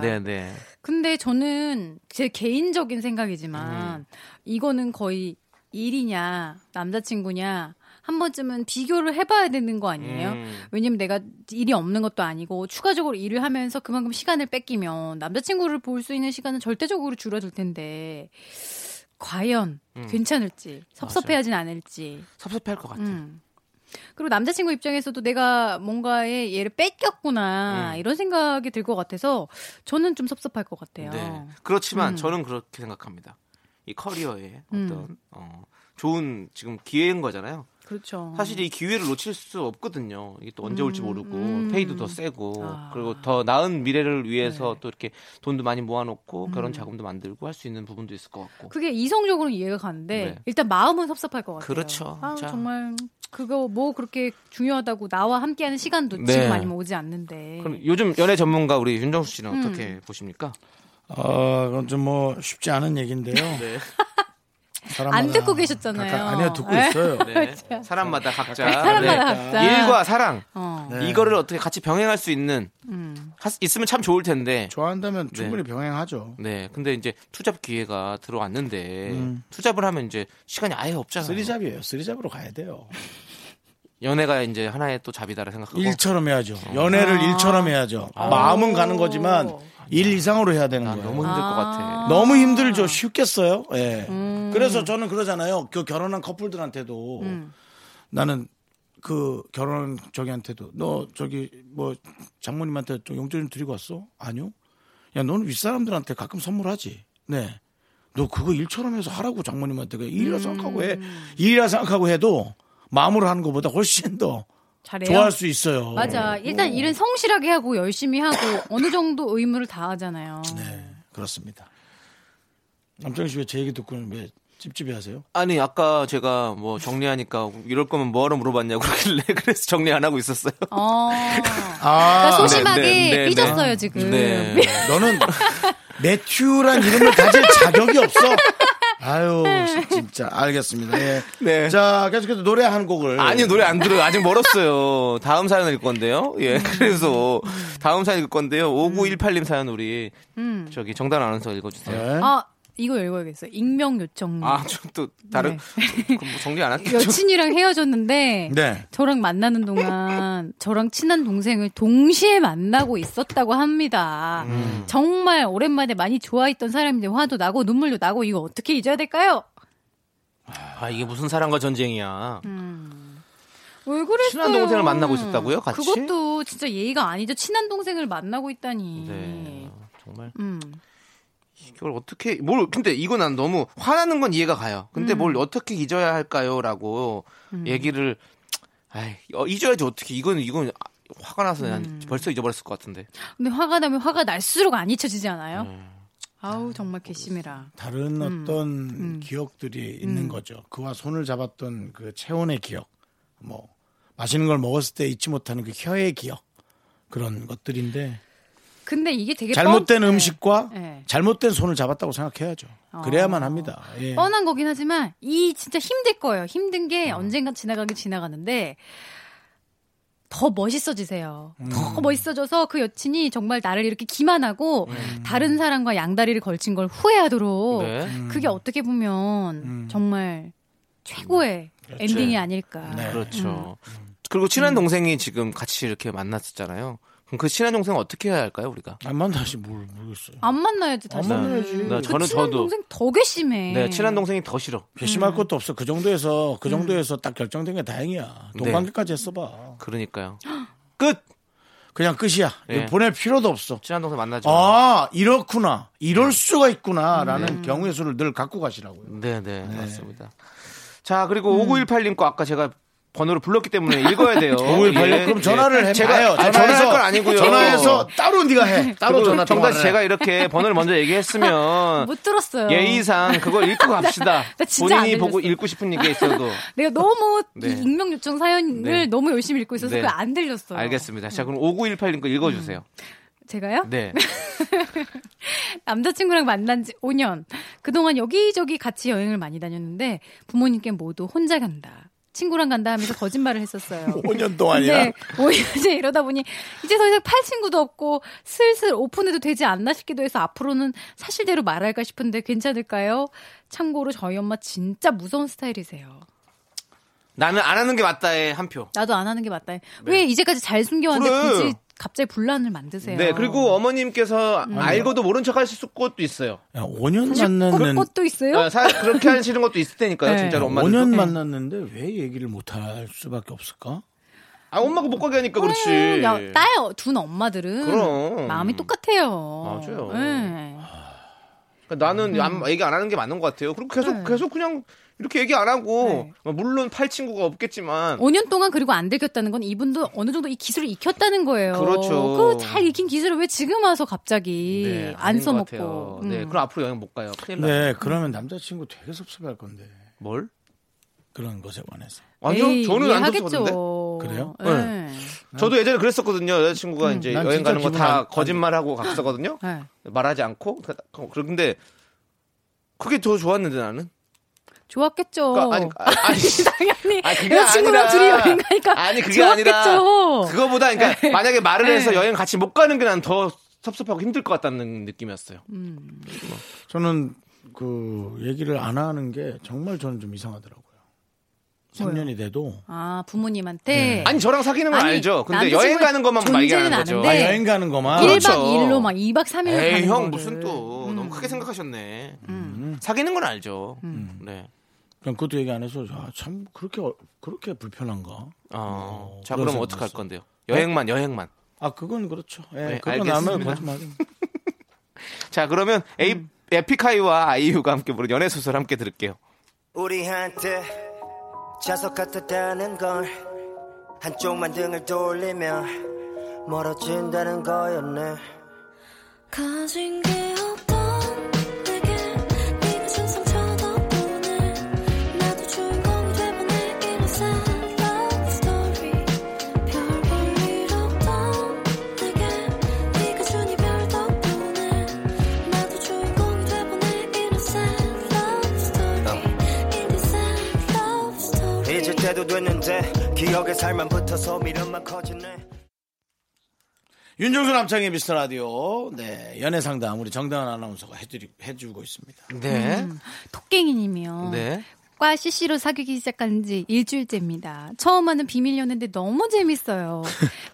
Speaker 2: 보니까 네, 네.
Speaker 7: 근데 저는 제 개인적인 생각이지만 이거는 거의 일이냐 남자친구냐 한 번쯤은 비교를 해봐야 되는 거 아니에요?
Speaker 2: 음.
Speaker 7: 왜냐면 내가 일이 없는 것도 아니고 추가적으로 일을 하면서 그만큼 시간을 뺏기면 남자친구를 볼 수 있는 시간은 절대적으로 줄어들 텐데 과연 괜찮을지 섭섭해하진 않을지
Speaker 2: 섭섭해할 것 같아요.
Speaker 7: 음. 그리고 남자친구 입장에서도 내가 뭔가에 얘를 뺏겼구나
Speaker 2: 음.
Speaker 7: 이런 생각이 들 것 같아서 저는 좀 섭섭할 것 같아요. 음.
Speaker 2: 네. 그렇지만 저는 그렇게 생각합니다. 이 커리어에 어떤 어, 좋은 지금 기회인 거잖아요.
Speaker 7: 그렇죠.
Speaker 2: 사실 이 기회를 놓칠 수 없거든요. 이게 또 언제 올지 모르고 페이도 더 세고
Speaker 7: 음, 아. 네.
Speaker 2: 그리고 더 나은 미래를 위해서 또 이렇게 돈도 많이 모아놓고
Speaker 7: 음.
Speaker 2: 결혼 자금도 만들고 할 수 있는 부분도 있을 것 같고.
Speaker 7: 그게 이성적으로는 이해가 가는데
Speaker 2: 네.
Speaker 7: 일단 마음은 섭섭할 것 같아요.
Speaker 2: 그렇죠.
Speaker 7: 아,
Speaker 2: 자.
Speaker 7: 정말 그거 뭐 그렇게 중요하다고 나와 함께하는 시간도
Speaker 2: 네.
Speaker 7: 지금 아니면 오지 않는데.
Speaker 2: 그럼 요즘 연애 전문가 우리 윤정수 씨는
Speaker 7: 음.
Speaker 2: 어떻게 보십니까?
Speaker 1: 어, 그건 좀 뭐 쉽지 않은 얘기인데요. 사람마다
Speaker 7: 안 듣고 계셨잖아요.
Speaker 1: 각각- 아니요, 듣고
Speaker 7: 네.
Speaker 1: 있어요.
Speaker 2: 네. 사람마다 각자
Speaker 7: 사람마다
Speaker 2: 네.
Speaker 7: 각자.
Speaker 2: 일과 사랑
Speaker 7: 어. 음.
Speaker 1: 네.
Speaker 2: 이거를 어떻게 같이 병행할 수 있는 하- 있으면 참 좋을 텐데.
Speaker 1: 좋아한다면 충분히 병행하죠.
Speaker 2: 네, 근데 이제 투잡 기회가 들어왔는데 투잡을 하면 이제 시간이 아예 없잖아요.
Speaker 1: 음. 쓰리잡이에요. 쓰리잡으로 가야 돼요.
Speaker 2: 연애가 이제 하나의 또 잡이다라 생각하고.
Speaker 1: 일처럼 해야죠. 연애를
Speaker 7: 아.
Speaker 1: 일처럼 해야죠. 마음은 가는 거지만 일 이상으로 해야 되는
Speaker 2: 난
Speaker 1: 거예요.
Speaker 2: 너무
Speaker 1: 아, 너무,
Speaker 2: 힘들 것
Speaker 1: 힘들죠.
Speaker 2: 같아.
Speaker 1: 쉽겠어요. 예.
Speaker 7: 음.
Speaker 1: 그래서 저는 그러잖아요. 그 결혼한 커플들한테도
Speaker 7: 음.
Speaker 1: 나는 그 결혼한 저기한테도 너 저기 뭐 장모님한테 좀 용돈 좀 드리고 왔어? 아니요. 야 너는 윗사람들한테 가끔 선물하지. 네. 너 그거 일처럼 해서 하라고 장모님한테 그냥 일이라
Speaker 7: 음.
Speaker 1: 생각하고 해. 일이라 생각하고 해도 마음으로 하는 것보다 훨씬 더
Speaker 7: 잘해요.
Speaker 1: 좋아할 수 있어요.
Speaker 7: 맞아.
Speaker 2: 음.
Speaker 7: 일단 일은 성실하게 하고 열심히 하고 어느 정도 의무를 다하잖아요.
Speaker 1: 네, 그렇습니다. 남창희 씨왜 제 얘기 듣고는 왜 찝찝해 하세요?
Speaker 2: 아니 아까 제가 뭐 정리하니까 이럴 거면 뭐하러 물어봤냐고 그러길래 그래서 정리 안 하고 있었어요.
Speaker 7: 어.
Speaker 1: 아,
Speaker 7: 그러니까 소심하게
Speaker 2: 네, 네, 네,
Speaker 7: 삐졌어요
Speaker 2: 네.
Speaker 7: 지금.
Speaker 2: 네.
Speaker 1: 너는 매튜란 이름을 가질 자격이 없어. 아유, 진짜 알겠습니다. 예.
Speaker 2: 네.
Speaker 1: 자, 계속해서 노래 한
Speaker 7: 네.
Speaker 1: 곡을.
Speaker 2: 아니 노래 안 들어요. 아직 멀었어요. 다음 사연 읽을 건데요.
Speaker 7: 음.
Speaker 2: 예. 그래서 다음 사연 읽을 건데요. 5918님 사연 우리
Speaker 7: 음.
Speaker 2: 저기 정단 아나운서 읽어주세요.
Speaker 1: 네.
Speaker 7: 아 이거 읽어야겠어요. 익명 요청.
Speaker 2: 아, 좀 또 다른 그럼 뭐 정리 안 할게요.
Speaker 7: 네. 여친이랑 헤어졌는데
Speaker 1: 네.
Speaker 7: 저랑 만나는 동안 저랑 친한 동생을 동시에 만나고 있었다고 합니다.
Speaker 2: 음.
Speaker 7: 정말 오랜만에 많이 좋아했던 사람인데 화도 나고 눈물도 나고 이거 어떻게 잊어야 될까요?
Speaker 2: 아, 이게 무슨 사랑과 전쟁이야.
Speaker 7: 왜 음. 그랬어요?
Speaker 2: 친한 동생을 만나고 있었다고요? 같이?
Speaker 7: 그것도 진짜 예의가 아니죠. 친한 동생을 만나고 있다니.
Speaker 2: 네. 정말
Speaker 7: 음.
Speaker 2: 이걸 어떻게 뭘 근데 이거 난 너무 화나는 건 이해가 가요. 근데 뭘
Speaker 7: 음.
Speaker 2: 어떻게 잊어야 할까요라고 얘기를 아이, 어, 잊어야지 어떻게 이건 이건 아, 화가 나서 난
Speaker 7: 음.
Speaker 2: 벌써 잊어버렸을 것 같은데.
Speaker 7: 근데 화가 나면 화가 날수록 안 잊혀지지 않아요?
Speaker 2: 네.
Speaker 7: 아우 정말 괘씸해라.
Speaker 1: 다른 어떤
Speaker 7: 음,
Speaker 1: 기억들이 있는 거죠. 그와 손을 잡았던 그 체온의 기억, 뭐 맛있는 걸 먹었을 때 잊지 못하는 그 혀의 기억 그런 것들인데
Speaker 7: 근데 이게 되게
Speaker 1: 잘못된
Speaker 7: 뻔-
Speaker 1: 음식과
Speaker 7: 네. 어.
Speaker 1: 잘못된 손을 잡았다고 생각해야죠. 그래야만 합니다. 예.
Speaker 7: 뻔한 거긴 하지만
Speaker 2: 음.
Speaker 7: 이 진짜 힘들 거예요. 힘든 게 언젠가 지나가긴 지나가는데 더 멋있어지세요.
Speaker 2: 음.
Speaker 7: 더 멋있어져서 그 여친이 정말 나를 이렇게 기만하고
Speaker 2: 음.
Speaker 7: 다른 사람과 양다리를 걸친 걸 후회하도록
Speaker 2: 네.
Speaker 7: 그게 어떻게 보면
Speaker 2: 음.
Speaker 7: 정말 최고의 엔딩이 아닐까.
Speaker 2: 그렇죠.
Speaker 1: 음.
Speaker 2: 그리고 친한 동생이 지금 같이 이렇게 만났었잖아요. 그럼 그 친한 동생 어떻게 해야 할까요, 우리가?
Speaker 1: 안 만나시 뭘 모르겠어요.
Speaker 7: 안 만나야지 다시.
Speaker 1: 안 만나야지.
Speaker 2: 나
Speaker 7: 그
Speaker 2: 저는
Speaker 7: 친한
Speaker 2: 저도-
Speaker 7: 동생 더 괘씸해.
Speaker 2: 네, 친한 동생이 더 싫어.
Speaker 1: 괘씸할 것도 없어. 그 정도에서 그 정도에서 딱 결정된 게 다행이야.
Speaker 2: 음. 네.
Speaker 1: 동관계까지 했어봐.
Speaker 2: 그러니까요. 끝.
Speaker 1: 그냥 끝이야.
Speaker 2: 예.
Speaker 1: 이거 보낼 필요도 없어.
Speaker 2: 친한 동생 만나죠.
Speaker 1: 아 이렇구나. 이럴 수가 있구나라는 경우의 수를 늘 갖고 가시라고요.
Speaker 2: 예. 음. 네, 네, 맞습니다. 자, 그리고
Speaker 1: 음.
Speaker 2: 5918님 거 아까 제가 번호를 불렀기 때문에 읽어야 돼요.
Speaker 1: 5918 님, 그럼 전화를 해봐요.
Speaker 2: 예. 제가 아,
Speaker 1: 전화해서-
Speaker 2: 전화할 건 아니고요.
Speaker 1: 전화해서 따로 네가 해. 따로 전화
Speaker 2: 정말
Speaker 1: 통화를
Speaker 2: 제가
Speaker 1: 해.
Speaker 2: 이렇게 번호를 먼저 얘기했으면
Speaker 7: 못 들었어요.
Speaker 2: 예의상 그걸 읽고 갑시다.
Speaker 7: 나 진짜 안
Speaker 2: 본인이 보고
Speaker 7: 들렸어.
Speaker 2: 읽고 싶은 얘기 있어도
Speaker 7: 내가 너무
Speaker 2: 네.
Speaker 7: 이 익명 요청 사연을
Speaker 2: 네.
Speaker 7: 너무 열심히 읽고 있어서
Speaker 2: 네.
Speaker 7: 그거 안 들렸어요.
Speaker 2: 알겠습니다. 자, 그럼 5918님 거 읽어주세요.
Speaker 7: 제가요?
Speaker 2: 네.
Speaker 7: 남자친구랑 만난 지 5년. 그동안 여기저기 같이 여행을 많이 다녔는데 부모님께 모두 혼자 간다. 친구랑 간다 하면서 거짓말을 했었어요.
Speaker 1: 5년 동안이야.
Speaker 7: 네, 5년째 이러다 보니 이제 더 이상 팔 친구도 없고 슬슬 오픈해도 되지 않나 싶기도 해서 앞으로는 사실대로 말할까 싶은데 괜찮을까요? 참고로 저희 엄마 진짜 무서운 스타일이세요.
Speaker 2: 나는 안 하는 게 맞다에 한 표.
Speaker 7: 나도 안 하는 게 맞다. 왜 이제까지 잘 숨겨왔는데
Speaker 2: 네. 그래.
Speaker 7: 굳이 갑자기 분란을 만드세요?
Speaker 2: 네, 그리고 어머님께서
Speaker 7: 음.
Speaker 2: 알고도 모른 척 하실 것도 있어요.
Speaker 1: 야, 5년
Speaker 7: 그럴
Speaker 1: 만났는
Speaker 7: 것도
Speaker 2: 어,
Speaker 7: 있어요?
Speaker 2: 사, 그렇게 하시는 것도 있을 테니까요,
Speaker 7: 네.
Speaker 2: 진짜로 엄마들.
Speaker 1: 5년 만났는데 왜 얘기를 못 할 수밖에 없을까?
Speaker 2: 아, 엄마가 못 가게 하니까 그렇지.
Speaker 7: 음, 야, 딸 둔 엄마들은
Speaker 2: 그럼.
Speaker 7: 마음이 똑같아요.
Speaker 2: 맞아요.
Speaker 7: 예.
Speaker 2: 그러니까 나는 안- 얘기 안 하는 게 맞는 것 같아요. 그리고 계속
Speaker 7: 음. 네.
Speaker 2: 계속 그냥 이렇게 얘기 안 하고 어, 물론 팔 친구가 없겠지만
Speaker 7: 5년 동안 그리고 안 들켰다는 건 이분도 어느 정도 이 기술을 익혔다는 거예요.
Speaker 2: 그렇죠.
Speaker 7: 그잘 익힌 기술을 왜 지금 와서 갑자기
Speaker 2: 네,
Speaker 7: 안
Speaker 2: 아닌 것 같아요.
Speaker 7: 써먹고.
Speaker 2: 네,
Speaker 7: 음.
Speaker 2: 그럼 앞으로 여행 못 가요. 큰일 나.
Speaker 1: 네, 그러면 남자친구 되게 섭섭할 건데
Speaker 2: 뭘?
Speaker 1: 그런 것에 관해서.
Speaker 2: 아니요,
Speaker 7: 에이,
Speaker 2: 저는 안
Speaker 7: 이해하겠죠.
Speaker 2: 섭섭한데.
Speaker 1: 그래요?
Speaker 7: 예.
Speaker 2: 네. 저도 예전에 그랬었거든요.
Speaker 7: 음.
Speaker 2: 여자친구가 이제
Speaker 1: 난
Speaker 2: 여행
Speaker 1: 진짜
Speaker 2: 가는 거
Speaker 1: 기분 안-
Speaker 2: 다 거짓말하고 갔었거든요.
Speaker 7: 네.
Speaker 2: 말하지 않고. 그런데 그게 더 좋았는데 나는.
Speaker 7: 좋았겠죠.
Speaker 2: 그러니까 아니, 아, 아니,
Speaker 7: 당연히
Speaker 2: 아니, 그게
Speaker 7: 여자친구랑
Speaker 2: 아니라-
Speaker 7: 어. 둘이 여행 가니까
Speaker 2: 아니 그게
Speaker 7: 좋았겠죠. 네.
Speaker 2: 아니라 그거보다 그러니까 만약에 말을 해서 여행 같이 못 가는 게 난 더 섭섭하고 힘들 것 같다는 느낌이었어요.
Speaker 7: 음.
Speaker 1: 저는 그 얘기를 안 하는 게 정말 저는 좀 이상하더라고요. 3년이 돼도
Speaker 7: 아 부모님한테
Speaker 2: 네. 아니 저랑 사귀는 건
Speaker 7: 아니,
Speaker 2: 알죠. 근데
Speaker 7: 남자친구의
Speaker 2: 여행 가는 것만 막 얘기하는
Speaker 7: 존재는
Speaker 2: 거죠.
Speaker 7: 아는데. 네.
Speaker 1: 아, 여행 가는 거만
Speaker 7: 1박
Speaker 2: 그렇죠.
Speaker 7: 2일로 막 2박 3일을 가는
Speaker 2: 에이 형
Speaker 7: 거를. 음.
Speaker 2: 무슨 또 너무 크게 생각하셨네. 사귀는 건 알죠.
Speaker 7: 음.
Speaker 2: 네.
Speaker 1: 그냥 그것도 얘기 안 해서 아, 참 그렇게 어- 그렇게 불편한가?
Speaker 2: 어, 자
Speaker 1: 음. 그런
Speaker 2: 그럼
Speaker 1: 생각
Speaker 2: 어떡할
Speaker 1: 들었어요.
Speaker 2: 건데요? 여행만
Speaker 7: 네.
Speaker 2: 여행만.
Speaker 1: 아 그건 그렇죠. 예,
Speaker 2: 네,
Speaker 1: 그거 나면
Speaker 2: 알겠습니다.
Speaker 1: 거짓말.
Speaker 2: 자 그러면
Speaker 7: 음.
Speaker 2: 에이, 에픽하이와 아이유가 함께 부른 연애 소설 함께 들을게요.
Speaker 4: 우리한테 자석 같았다는 걸 한쪽만 등을 돌리면 멀어진다는 거였네
Speaker 3: 가진 게 없던 내게 네가 항상 쳐다보네 나도 주인공이 돼보네 이런 sad love story 별 볼 일 없던 내게 네가 주니 별 덕분에 나도 주인공이 돼보네 이런 sad love story in this sad love
Speaker 4: 잊을
Speaker 3: story
Speaker 4: 때도 됐는데 기억에 살만 붙어서 미련만 커지네
Speaker 1: 윤정수 남창의 미스터 라디오. 네, 연애 상담 우리 정다은 아나운서가 해드리 해주고 있습니다.
Speaker 2: 네.
Speaker 7: 음. 토깽이님이요.
Speaker 2: 네.
Speaker 7: 과 CC로 사귀기 시작한 지 일주일째입니다. 처음 하는 비밀 연애인데 너무 재밌어요.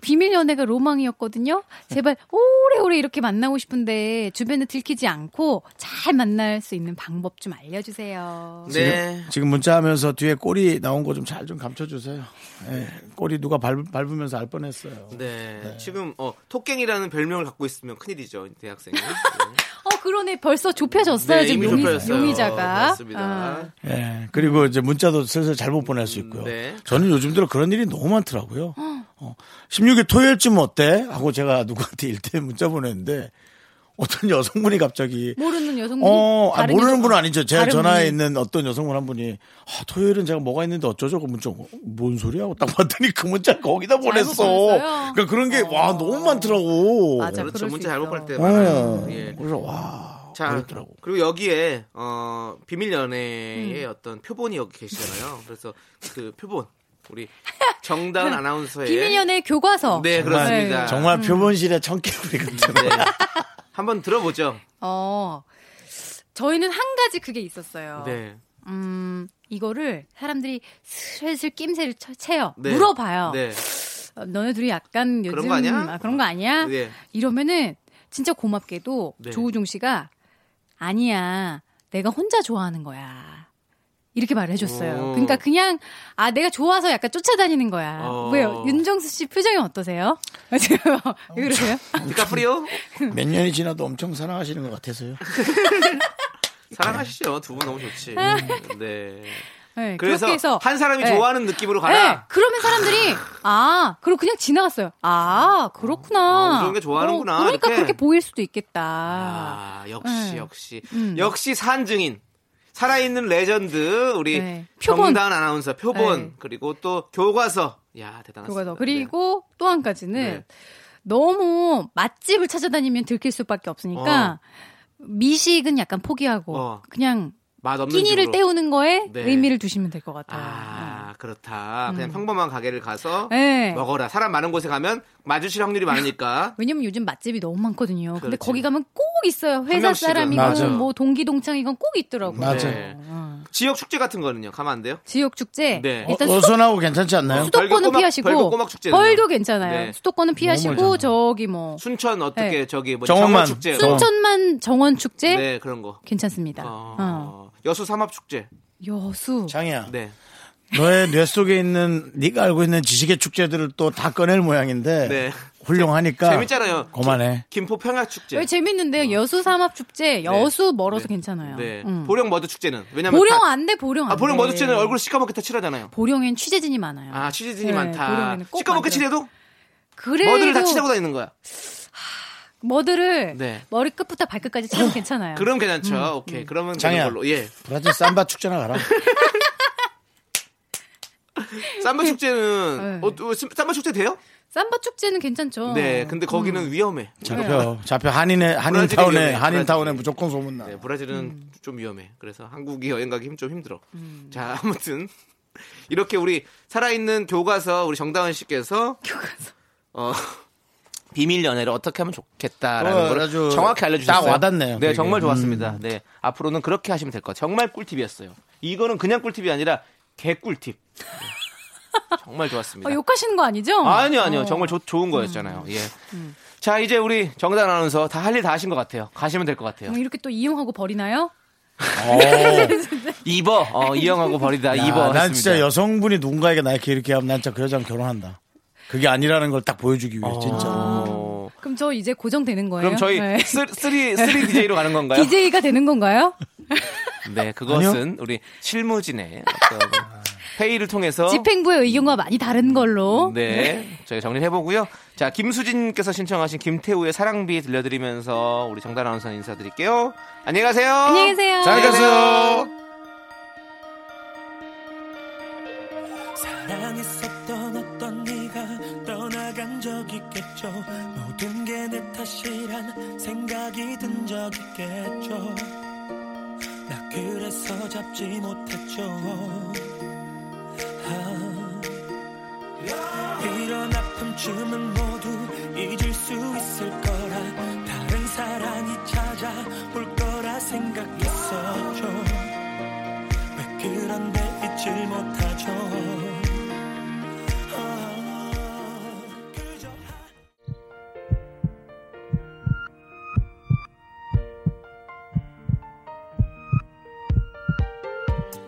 Speaker 7: 비밀 연애가 로망이었거든요. 제발 오래오래 이렇게 만나고 싶은데 주변에 들키지 않고 잘 만날 수 있는 방법 좀 알려주세요.
Speaker 2: 네.
Speaker 1: 지금 문자하면서 뒤에 꼬리 나온 거 좀 잘 좀 감춰주세요. 예, 꼬리 누가 밟, 밟으면서 알 뻔했어요.
Speaker 2: 네. 지금 어, 토깽이라는 별명을 갖고 있으면 큰일이죠 대학생이.
Speaker 7: 어 그러네 벌써 좁혀졌어요
Speaker 2: 네,
Speaker 7: 지금
Speaker 2: 이미
Speaker 7: 용의,
Speaker 2: 좁혀졌어요.
Speaker 7: 용의자가.
Speaker 2: 그렇습니다.
Speaker 7: 아,
Speaker 1: 예, 그리고 이제 문자도 슬슬 잘못 보낼 수 있고요.
Speaker 2: 네.
Speaker 1: 저는 요즘 들어 그런 일이 너무 많더라고요. 어, 16일 토요일쯤 어때? 하고 제가 누구한테 일대 문자 보냈는데 어떤 여성분이 갑자기
Speaker 7: 모르는 여성분이
Speaker 1: 어, 아,
Speaker 7: 뭐, 음, 다른
Speaker 1: 모르는
Speaker 7: 여성-
Speaker 1: 분은 아니죠. 제
Speaker 7: 다른
Speaker 1: 전화에
Speaker 7: 분이.
Speaker 1: 있는 어떤 여성분 한 분이 아, 토요일은 제가 뭐가 있는데 어쩌죠? 그 문자 어, 뭔 소리야? 하고 딱 봤더니 그 문자 거기다 보냈어.
Speaker 7: 보냈어요?
Speaker 1: 그러니까 그런 게 와 너무 많더라고.
Speaker 7: 맞아. 그럴
Speaker 2: 그렇죠.
Speaker 7: 수
Speaker 2: 문자
Speaker 7: 있어.
Speaker 2: 잘못 볼때
Speaker 1: 어.
Speaker 2: 많아요. 예.
Speaker 1: 그래서 와
Speaker 2: 자,
Speaker 1: 어렵더라고.
Speaker 2: 그리고 여기에
Speaker 7: 음.
Speaker 2: 어, 비밀 연애의 어떤 표본이 여기 계시잖아요. 그래서 그 표본 우리 정다은 아나운서의
Speaker 7: 비밀연애 교과서.
Speaker 2: 네 그렇습니다.
Speaker 7: 음.
Speaker 1: 정말 표본실의 청개구리 같은
Speaker 2: 네. 한번 들어보죠.
Speaker 7: 어. 저희는 한 가지 그게 있었어요.
Speaker 2: 네.
Speaker 7: 음, 이거를 사람들이 슬슬 낌새를 쳐, 채요.
Speaker 2: 네.
Speaker 7: 물어봐요.
Speaker 2: 네.
Speaker 7: 어, 너네 둘이 약간 요즘
Speaker 2: 그런 거 아니야?
Speaker 7: 아, 그런 거 아니야?
Speaker 2: 네.
Speaker 7: 이러면은 진짜 고맙게도
Speaker 2: 네.
Speaker 7: 조우종 씨가 아니야. 내가 혼자 좋아하는 거야. 이렇게 말을 해줬어요.
Speaker 2: 오.
Speaker 7: 그러니까 그냥 아 내가 좋아서 약간 쫓아다니는 거야.
Speaker 2: 어.
Speaker 7: 왜요? 윤정수 씨 표정이 어떠세요? 지금 왜 그러세요?
Speaker 2: 아, 디카프리오
Speaker 1: 몇 년이 지나도 엄청 사랑하시는 것 같아서요.
Speaker 7: 어,
Speaker 2: 사랑하시죠. 두 분 너무 좋지. 네.
Speaker 7: 네,
Speaker 2: 그래서
Speaker 7: 음, 그렇게 해서
Speaker 2: 한 사람이
Speaker 7: 네.
Speaker 2: 좋아하는 느낌으로 가라.
Speaker 7: 그러면 사람들이 아, 그리고 그냥 지나갔어요. 아,
Speaker 2: 어,
Speaker 7: 그렇구나.
Speaker 2: 그런 게 좋아하는구나,
Speaker 7: 그러니까
Speaker 2: 이렇게.
Speaker 7: 그렇게 보일 수도 있겠다.
Speaker 2: 아, 역시
Speaker 7: 네.
Speaker 2: 역시
Speaker 7: 음.
Speaker 2: 역시 산증인. 살아있는 레전드 우리
Speaker 7: 네. 표본.
Speaker 2: 정다은 아나운서 표본
Speaker 7: 네.
Speaker 2: 그리고 또 교과서. 야 대단하다.
Speaker 7: 교과서. 그리고 또 한 가지는
Speaker 2: 네.
Speaker 7: 너무 맛집을 찾아다니면 들킬 수밖에 없으니까 미식은 약간 포기하고
Speaker 2: 어.
Speaker 7: 그냥
Speaker 2: 맛 없는
Speaker 7: 끼니를
Speaker 2: 집으로.
Speaker 7: 음. 때우는 거에
Speaker 2: 네.
Speaker 7: 의미를 두시면 될 것 같아요. 어.
Speaker 2: 아 그렇다. 그냥 평범한 가게를 가서
Speaker 7: 네.
Speaker 2: 먹어라. 사람 많은 곳에 가면 마주칠 확률이 많으니까.
Speaker 7: 왜냐면 요즘 맛집이 너무 많거든요. 근데
Speaker 2: 그렇지.
Speaker 7: 거기 가면 꼭 있어요. 회사
Speaker 2: 명씩은.
Speaker 7: 사람이고
Speaker 1: 맞아.
Speaker 7: 뭐 동기 동창이건 꼭 있더라고요.
Speaker 1: 맞아.
Speaker 2: 네.
Speaker 7: 어.
Speaker 2: 지역 축제 같은 거는요. 가면 안 돼요?
Speaker 7: 지역 축제
Speaker 2: 네.
Speaker 7: 일단
Speaker 1: 어,
Speaker 7: 수도
Speaker 1: 어선하고 괜찮지 않나요?
Speaker 7: 수도권은
Speaker 2: 아, 벌교 꼬막-
Speaker 7: 피하시고
Speaker 2: 벌교 꼬막 축제는요?
Speaker 7: 벌도 괜찮아요.
Speaker 2: 네.
Speaker 7: 수도권은
Speaker 1: 멀잖아.
Speaker 7: 피하시고 저기 뭐
Speaker 2: 순천 어떻게
Speaker 7: 네.
Speaker 2: 저기 뭐
Speaker 1: 정원만.
Speaker 2: 정원 축제
Speaker 1: 순천.
Speaker 7: 순천만 정원 축제
Speaker 2: 네 그런 거.
Speaker 7: 괜찮습니다.
Speaker 2: 어,
Speaker 7: 어.
Speaker 2: 여수 삼합 축제.
Speaker 7: 여수
Speaker 1: 장이야.
Speaker 2: 네.
Speaker 1: 너의 뇌 속에 있는 네가 알고 있는 지식의 축제들을 또 다 꺼낼 모양인데
Speaker 2: 네.
Speaker 1: 훌륭하니까
Speaker 2: 재밌잖아요.
Speaker 1: 그만해.
Speaker 2: 김포 평야 축제.
Speaker 7: 여기 재밌는데 여수 삼합 축제 여수 멀어서 괜찮아요.
Speaker 2: 아, 네.
Speaker 7: 음.
Speaker 2: 보령 머드 축제는 왜냐면
Speaker 7: 보령
Speaker 2: 다-
Speaker 7: 안돼 보령 안
Speaker 2: 아, 보령
Speaker 7: 돼.
Speaker 2: 머드 축제는 얼굴 시커멓게 다 칠하잖아요.
Speaker 7: 보령엔 취재진이 많아요.
Speaker 2: 아 취재진이
Speaker 7: 네,
Speaker 2: 많다.
Speaker 7: 보령에는 꼭
Speaker 2: 시커멓게
Speaker 7: 만들어-
Speaker 2: 칠해도
Speaker 7: 그래도
Speaker 2: 머드를 다 칠하고 다니는 거야.
Speaker 7: 머드를
Speaker 2: 네. 어,
Speaker 7: 머리 끝부터 발끝까지 치면 괜찮아요.
Speaker 2: 그럼 괜찮죠.
Speaker 7: 음.
Speaker 2: 오케이. 그러면
Speaker 1: 장이야.
Speaker 2: 되는 걸로. 예.
Speaker 1: 브라질 삼바 축제나 가라.
Speaker 2: 쌈바 축제는
Speaker 7: 네. 어.
Speaker 2: 어, 어, 쌈바 축제 돼요?
Speaker 7: 삼바 축제는 괜찮죠.
Speaker 2: 네. 근데 거기는
Speaker 7: 음.
Speaker 2: 위험해.
Speaker 1: 잡혀. 잡혀. 한인의, 한인타운에,
Speaker 2: 네. 브라질이 위험해,
Speaker 1: 한인타운에
Speaker 2: 네. 브라질이.
Speaker 1: 무조건 소문나. 어.
Speaker 2: 네,
Speaker 1: 요
Speaker 2: 브라질은
Speaker 7: 음.
Speaker 2: 좀 위험해. 그래서 한국이 여행 가기 힘- 좀 힘들어. 자, 아무튼 이렇게 우리 살아있는 교과서 우리 정다은 씨께서 어, 비밀 연애를 어떻게 하면 좋겠다라는
Speaker 1: 그거
Speaker 2: 걸
Speaker 1: 어, 아주
Speaker 2: 정확히 알려주셨어요.
Speaker 1: 딱 와닿네요,
Speaker 2: 네,
Speaker 1: 그게. 음.
Speaker 2: 정말 좋았습니다. 네, 앞으로는 그렇게 하시면 될 것 같아요. 정말 꿀팁이었어요. 이거는 그냥 꿀팁이 아니라 개꿀팁. 네. 정말 좋았습니다.
Speaker 7: 어, 욕하시는 거 아니죠?
Speaker 2: 아니요, 아니요.
Speaker 7: 어. 음.
Speaker 2: 정말 좋- 좋은 거였잖아요. 예. 자, 이제 우리 정단 아나운서 다 할 일 다 하신 것 같아요. 가시면 될 것 같아요.
Speaker 7: 그럼 뭐 이렇게 또 이용하고 버리나요?
Speaker 2: 입어. 어, 이형하고 버리다. 입어.
Speaker 1: 난
Speaker 2: 했습니다.
Speaker 1: 진짜 여성분이 누군가에게 나이렇게 이렇게 하면 난 진짜 그 여자랑 결혼한다. 그게 아니라는 걸 딱 보여주기 위해 진짜.
Speaker 7: 아.
Speaker 2: 어.
Speaker 7: 그럼 저 이제 고정되는 거예요?
Speaker 2: 그럼 저희
Speaker 7: 네.
Speaker 2: 쓰- 쓰리 쓰리 DJ로 가는 건가요?
Speaker 7: DJ가 되는 건가요?
Speaker 2: 네, 그것은 우리 실무진의 어떤 회의를 통해서
Speaker 7: 집행부의 의견과 많이 다른 걸로.
Speaker 2: 어? 네, 저희 정리해 보고요. 자, 김수진께서 신청하신 김태우의 사랑비 들려드리면서 우리 정단 아나운서 인사드릴게요. 안녕히 가세요.
Speaker 7: 안녕히 계세요.
Speaker 2: 잘 가세요.
Speaker 4: 사랑해서 떠났던 네가 떠나간 적 있겠죠 모든 게 내 탓이란 생각이 든 적 있겠죠 나 그래서 잡지 못했죠 아. 이런 아픔쯤은 모두 잊을 수 있을 거라 다른 사랑이 찾아올 거라 생각했었죠 왜 그런데 잊질 못하죠 어, 그저 한-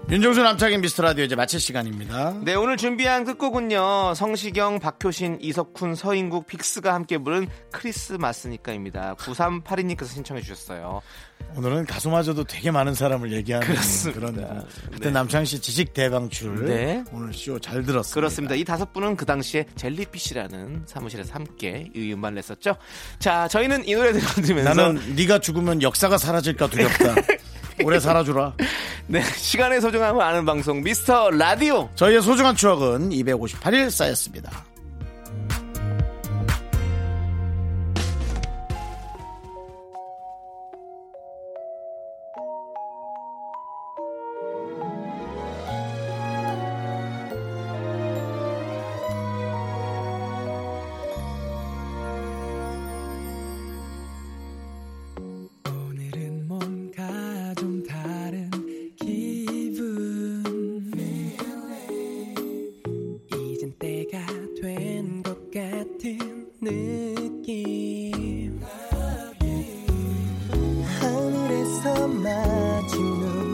Speaker 1: 윤정수 남창인 미스터 라디오 이제 마칠 시간입니다.
Speaker 2: 네, 오늘 준비한 끝곡은요. 성시경, 박효신, 이석훈, 서인국, 빅스가 함께 부른 크리스마스니까입니다. 9382님께서 신청해 주셨어요.
Speaker 1: 오늘은 가수마저도 되게 많은 사람을 얘기하는
Speaker 2: 그렇습니다.
Speaker 1: 그런 그때
Speaker 2: 네.
Speaker 1: 남창 씨 지식 대방출
Speaker 2: 네.
Speaker 1: 오늘 쇼 잘 들었습니다.
Speaker 2: 그렇습니다. 이 다섯 분은 그 당시에 젤리피쉬라는 사무실에서 함께 이 음반 냈었죠. 자, 저희는 이 노래 들려드리면서
Speaker 1: 나는 네가 죽으면 역사가 사라질까 두렵다. 오래 살아주라.
Speaker 2: 네, 시간의 소중함을 아는 방송 미스터 라디오.
Speaker 1: 저희의 소중한 추억은 258일 쌓였습니다.
Speaker 4: that you know